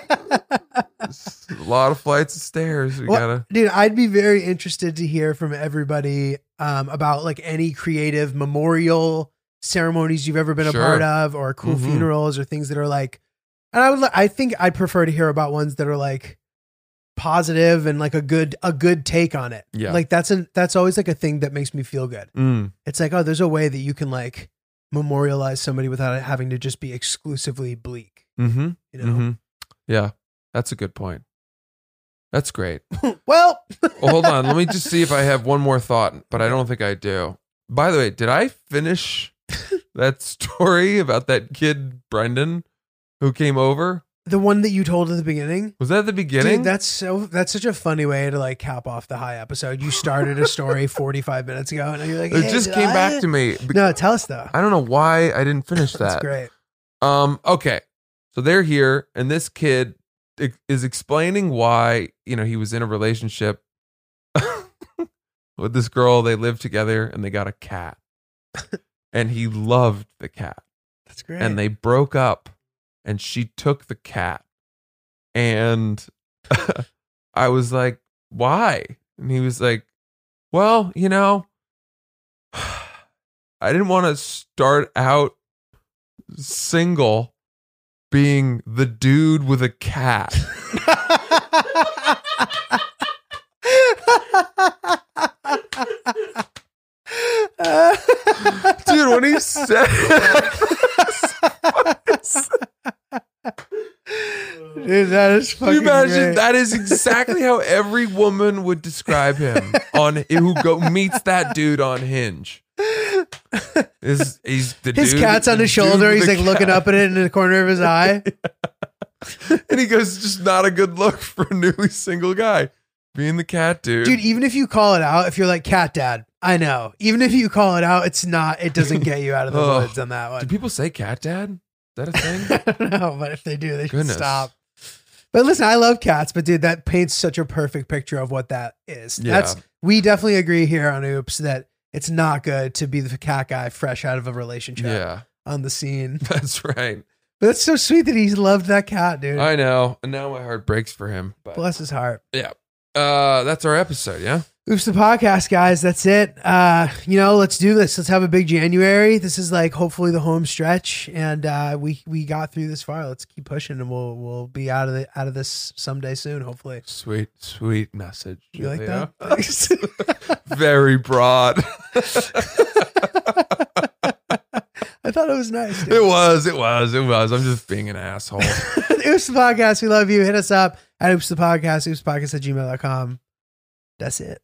[SPEAKER 7] It's a lot of flights of stairs. We
[SPEAKER 6] Well,
[SPEAKER 7] gotta.
[SPEAKER 6] Dude, I'd be very interested to hear from everybody um, about like any creative memorial ceremonies you've ever been
[SPEAKER 7] Sure.
[SPEAKER 6] a part of, or cool
[SPEAKER 7] Mhm.
[SPEAKER 6] funerals, or things that are like. And I would, li- I think I'd prefer to hear about ones that are like positive and like a good, a good take on it.
[SPEAKER 7] Yeah.
[SPEAKER 6] like that's an that's always like a thing that makes me feel good.
[SPEAKER 7] Mm,
[SPEAKER 6] It's like oh, there's a way that you can like memorialize somebody without it having to just be exclusively bleak.
[SPEAKER 7] mm-hmm.
[SPEAKER 6] You know.
[SPEAKER 7] Mm-hmm. Yeah, that's a good point. That's great.
[SPEAKER 6] Well,
[SPEAKER 7] Well, hold on. Let me just see if I have one more thought, but I don't think I do. By the way, did I finish that story about that kid Brendan who came over?
[SPEAKER 6] the one that you told at the beginning.
[SPEAKER 7] Was that at the beginning?
[SPEAKER 6] Dude, that's so that's such a funny way to like cap off the high episode. You started a story 45 minutes ago and you're like,
[SPEAKER 7] it
[SPEAKER 6] "Hey,
[SPEAKER 7] just
[SPEAKER 6] did
[SPEAKER 7] came
[SPEAKER 6] I?"
[SPEAKER 7] back to me. Be-
[SPEAKER 6] No, tell us though.
[SPEAKER 7] I don't know why I didn't finish
[SPEAKER 6] That's
[SPEAKER 7] that.
[SPEAKER 6] great.
[SPEAKER 7] Um. Okay. So they're here, and this kid i- is explaining why you know he was in a relationship with this girl. They lived together, and they got a cat, and he loved the cat.
[SPEAKER 6] That's great.
[SPEAKER 7] and they broke up and she took the cat and i was like why and he was like well you know i didn't want to start out single being the dude with a cat dude when he said
[SPEAKER 6] Dude, that is
[SPEAKER 7] Can
[SPEAKER 6] fucking
[SPEAKER 7] you imagine
[SPEAKER 6] great.
[SPEAKER 7] that is exactly how every woman would describe him on who go meets that dude on Hinge. Is he's the
[SPEAKER 6] His
[SPEAKER 7] dude-
[SPEAKER 6] cat's on
[SPEAKER 7] the
[SPEAKER 6] his
[SPEAKER 7] dude
[SPEAKER 6] shoulder.
[SPEAKER 7] with
[SPEAKER 6] He's
[SPEAKER 7] the
[SPEAKER 6] like looking
[SPEAKER 7] cat.
[SPEAKER 6] up at it in the corner of his eye.
[SPEAKER 7] and he goes, "Just not a good look for a newly single guy being the cat dude."
[SPEAKER 6] Dude, even if you call it out, if you're like cat dad, I know. Even if you call it out, it's not. It doesn't get you out of the
[SPEAKER 7] Oh.
[SPEAKER 6] woods on that
[SPEAKER 7] Do
[SPEAKER 6] one.
[SPEAKER 7] people say cat dad? Is that
[SPEAKER 6] I
[SPEAKER 7] a thing?
[SPEAKER 6] don't know, but if they do, they
[SPEAKER 7] Goodness.
[SPEAKER 6] should stop. But listen, I love cats, but dude, that paints such a perfect picture of what that is.
[SPEAKER 7] Yeah.
[SPEAKER 6] That's we definitely agree here on Oops that it's not good to be the cat guy fresh out of a relationship
[SPEAKER 7] yeah,
[SPEAKER 6] on the scene.
[SPEAKER 7] that's right.
[SPEAKER 6] But that's so sweet that he's loved that cat, dude.
[SPEAKER 7] I know. And now my heart breaks for him. But
[SPEAKER 6] Bless his heart.
[SPEAKER 7] uh, that's our episode. Yeah.
[SPEAKER 6] Oops the podcast, guys. That's it. Uh, you know, let's do this. Let's have a big January. This is like hopefully the home stretch, and uh, we we got through this far. Let's keep pushing, and we'll we'll be out of the out of this someday soon. Hopefully,
[SPEAKER 7] Sweet, sweet message.
[SPEAKER 6] you like
[SPEAKER 7] Julia.
[SPEAKER 6] that? Thanks.
[SPEAKER 7] Very broad.
[SPEAKER 6] I thought it was nice. dude.
[SPEAKER 7] It was, it was, it was. I'm just being an asshole.
[SPEAKER 6] Oops the podcast. We love you. Hit us up at oops the podcast. Oops podcast at gmail.com. That's it.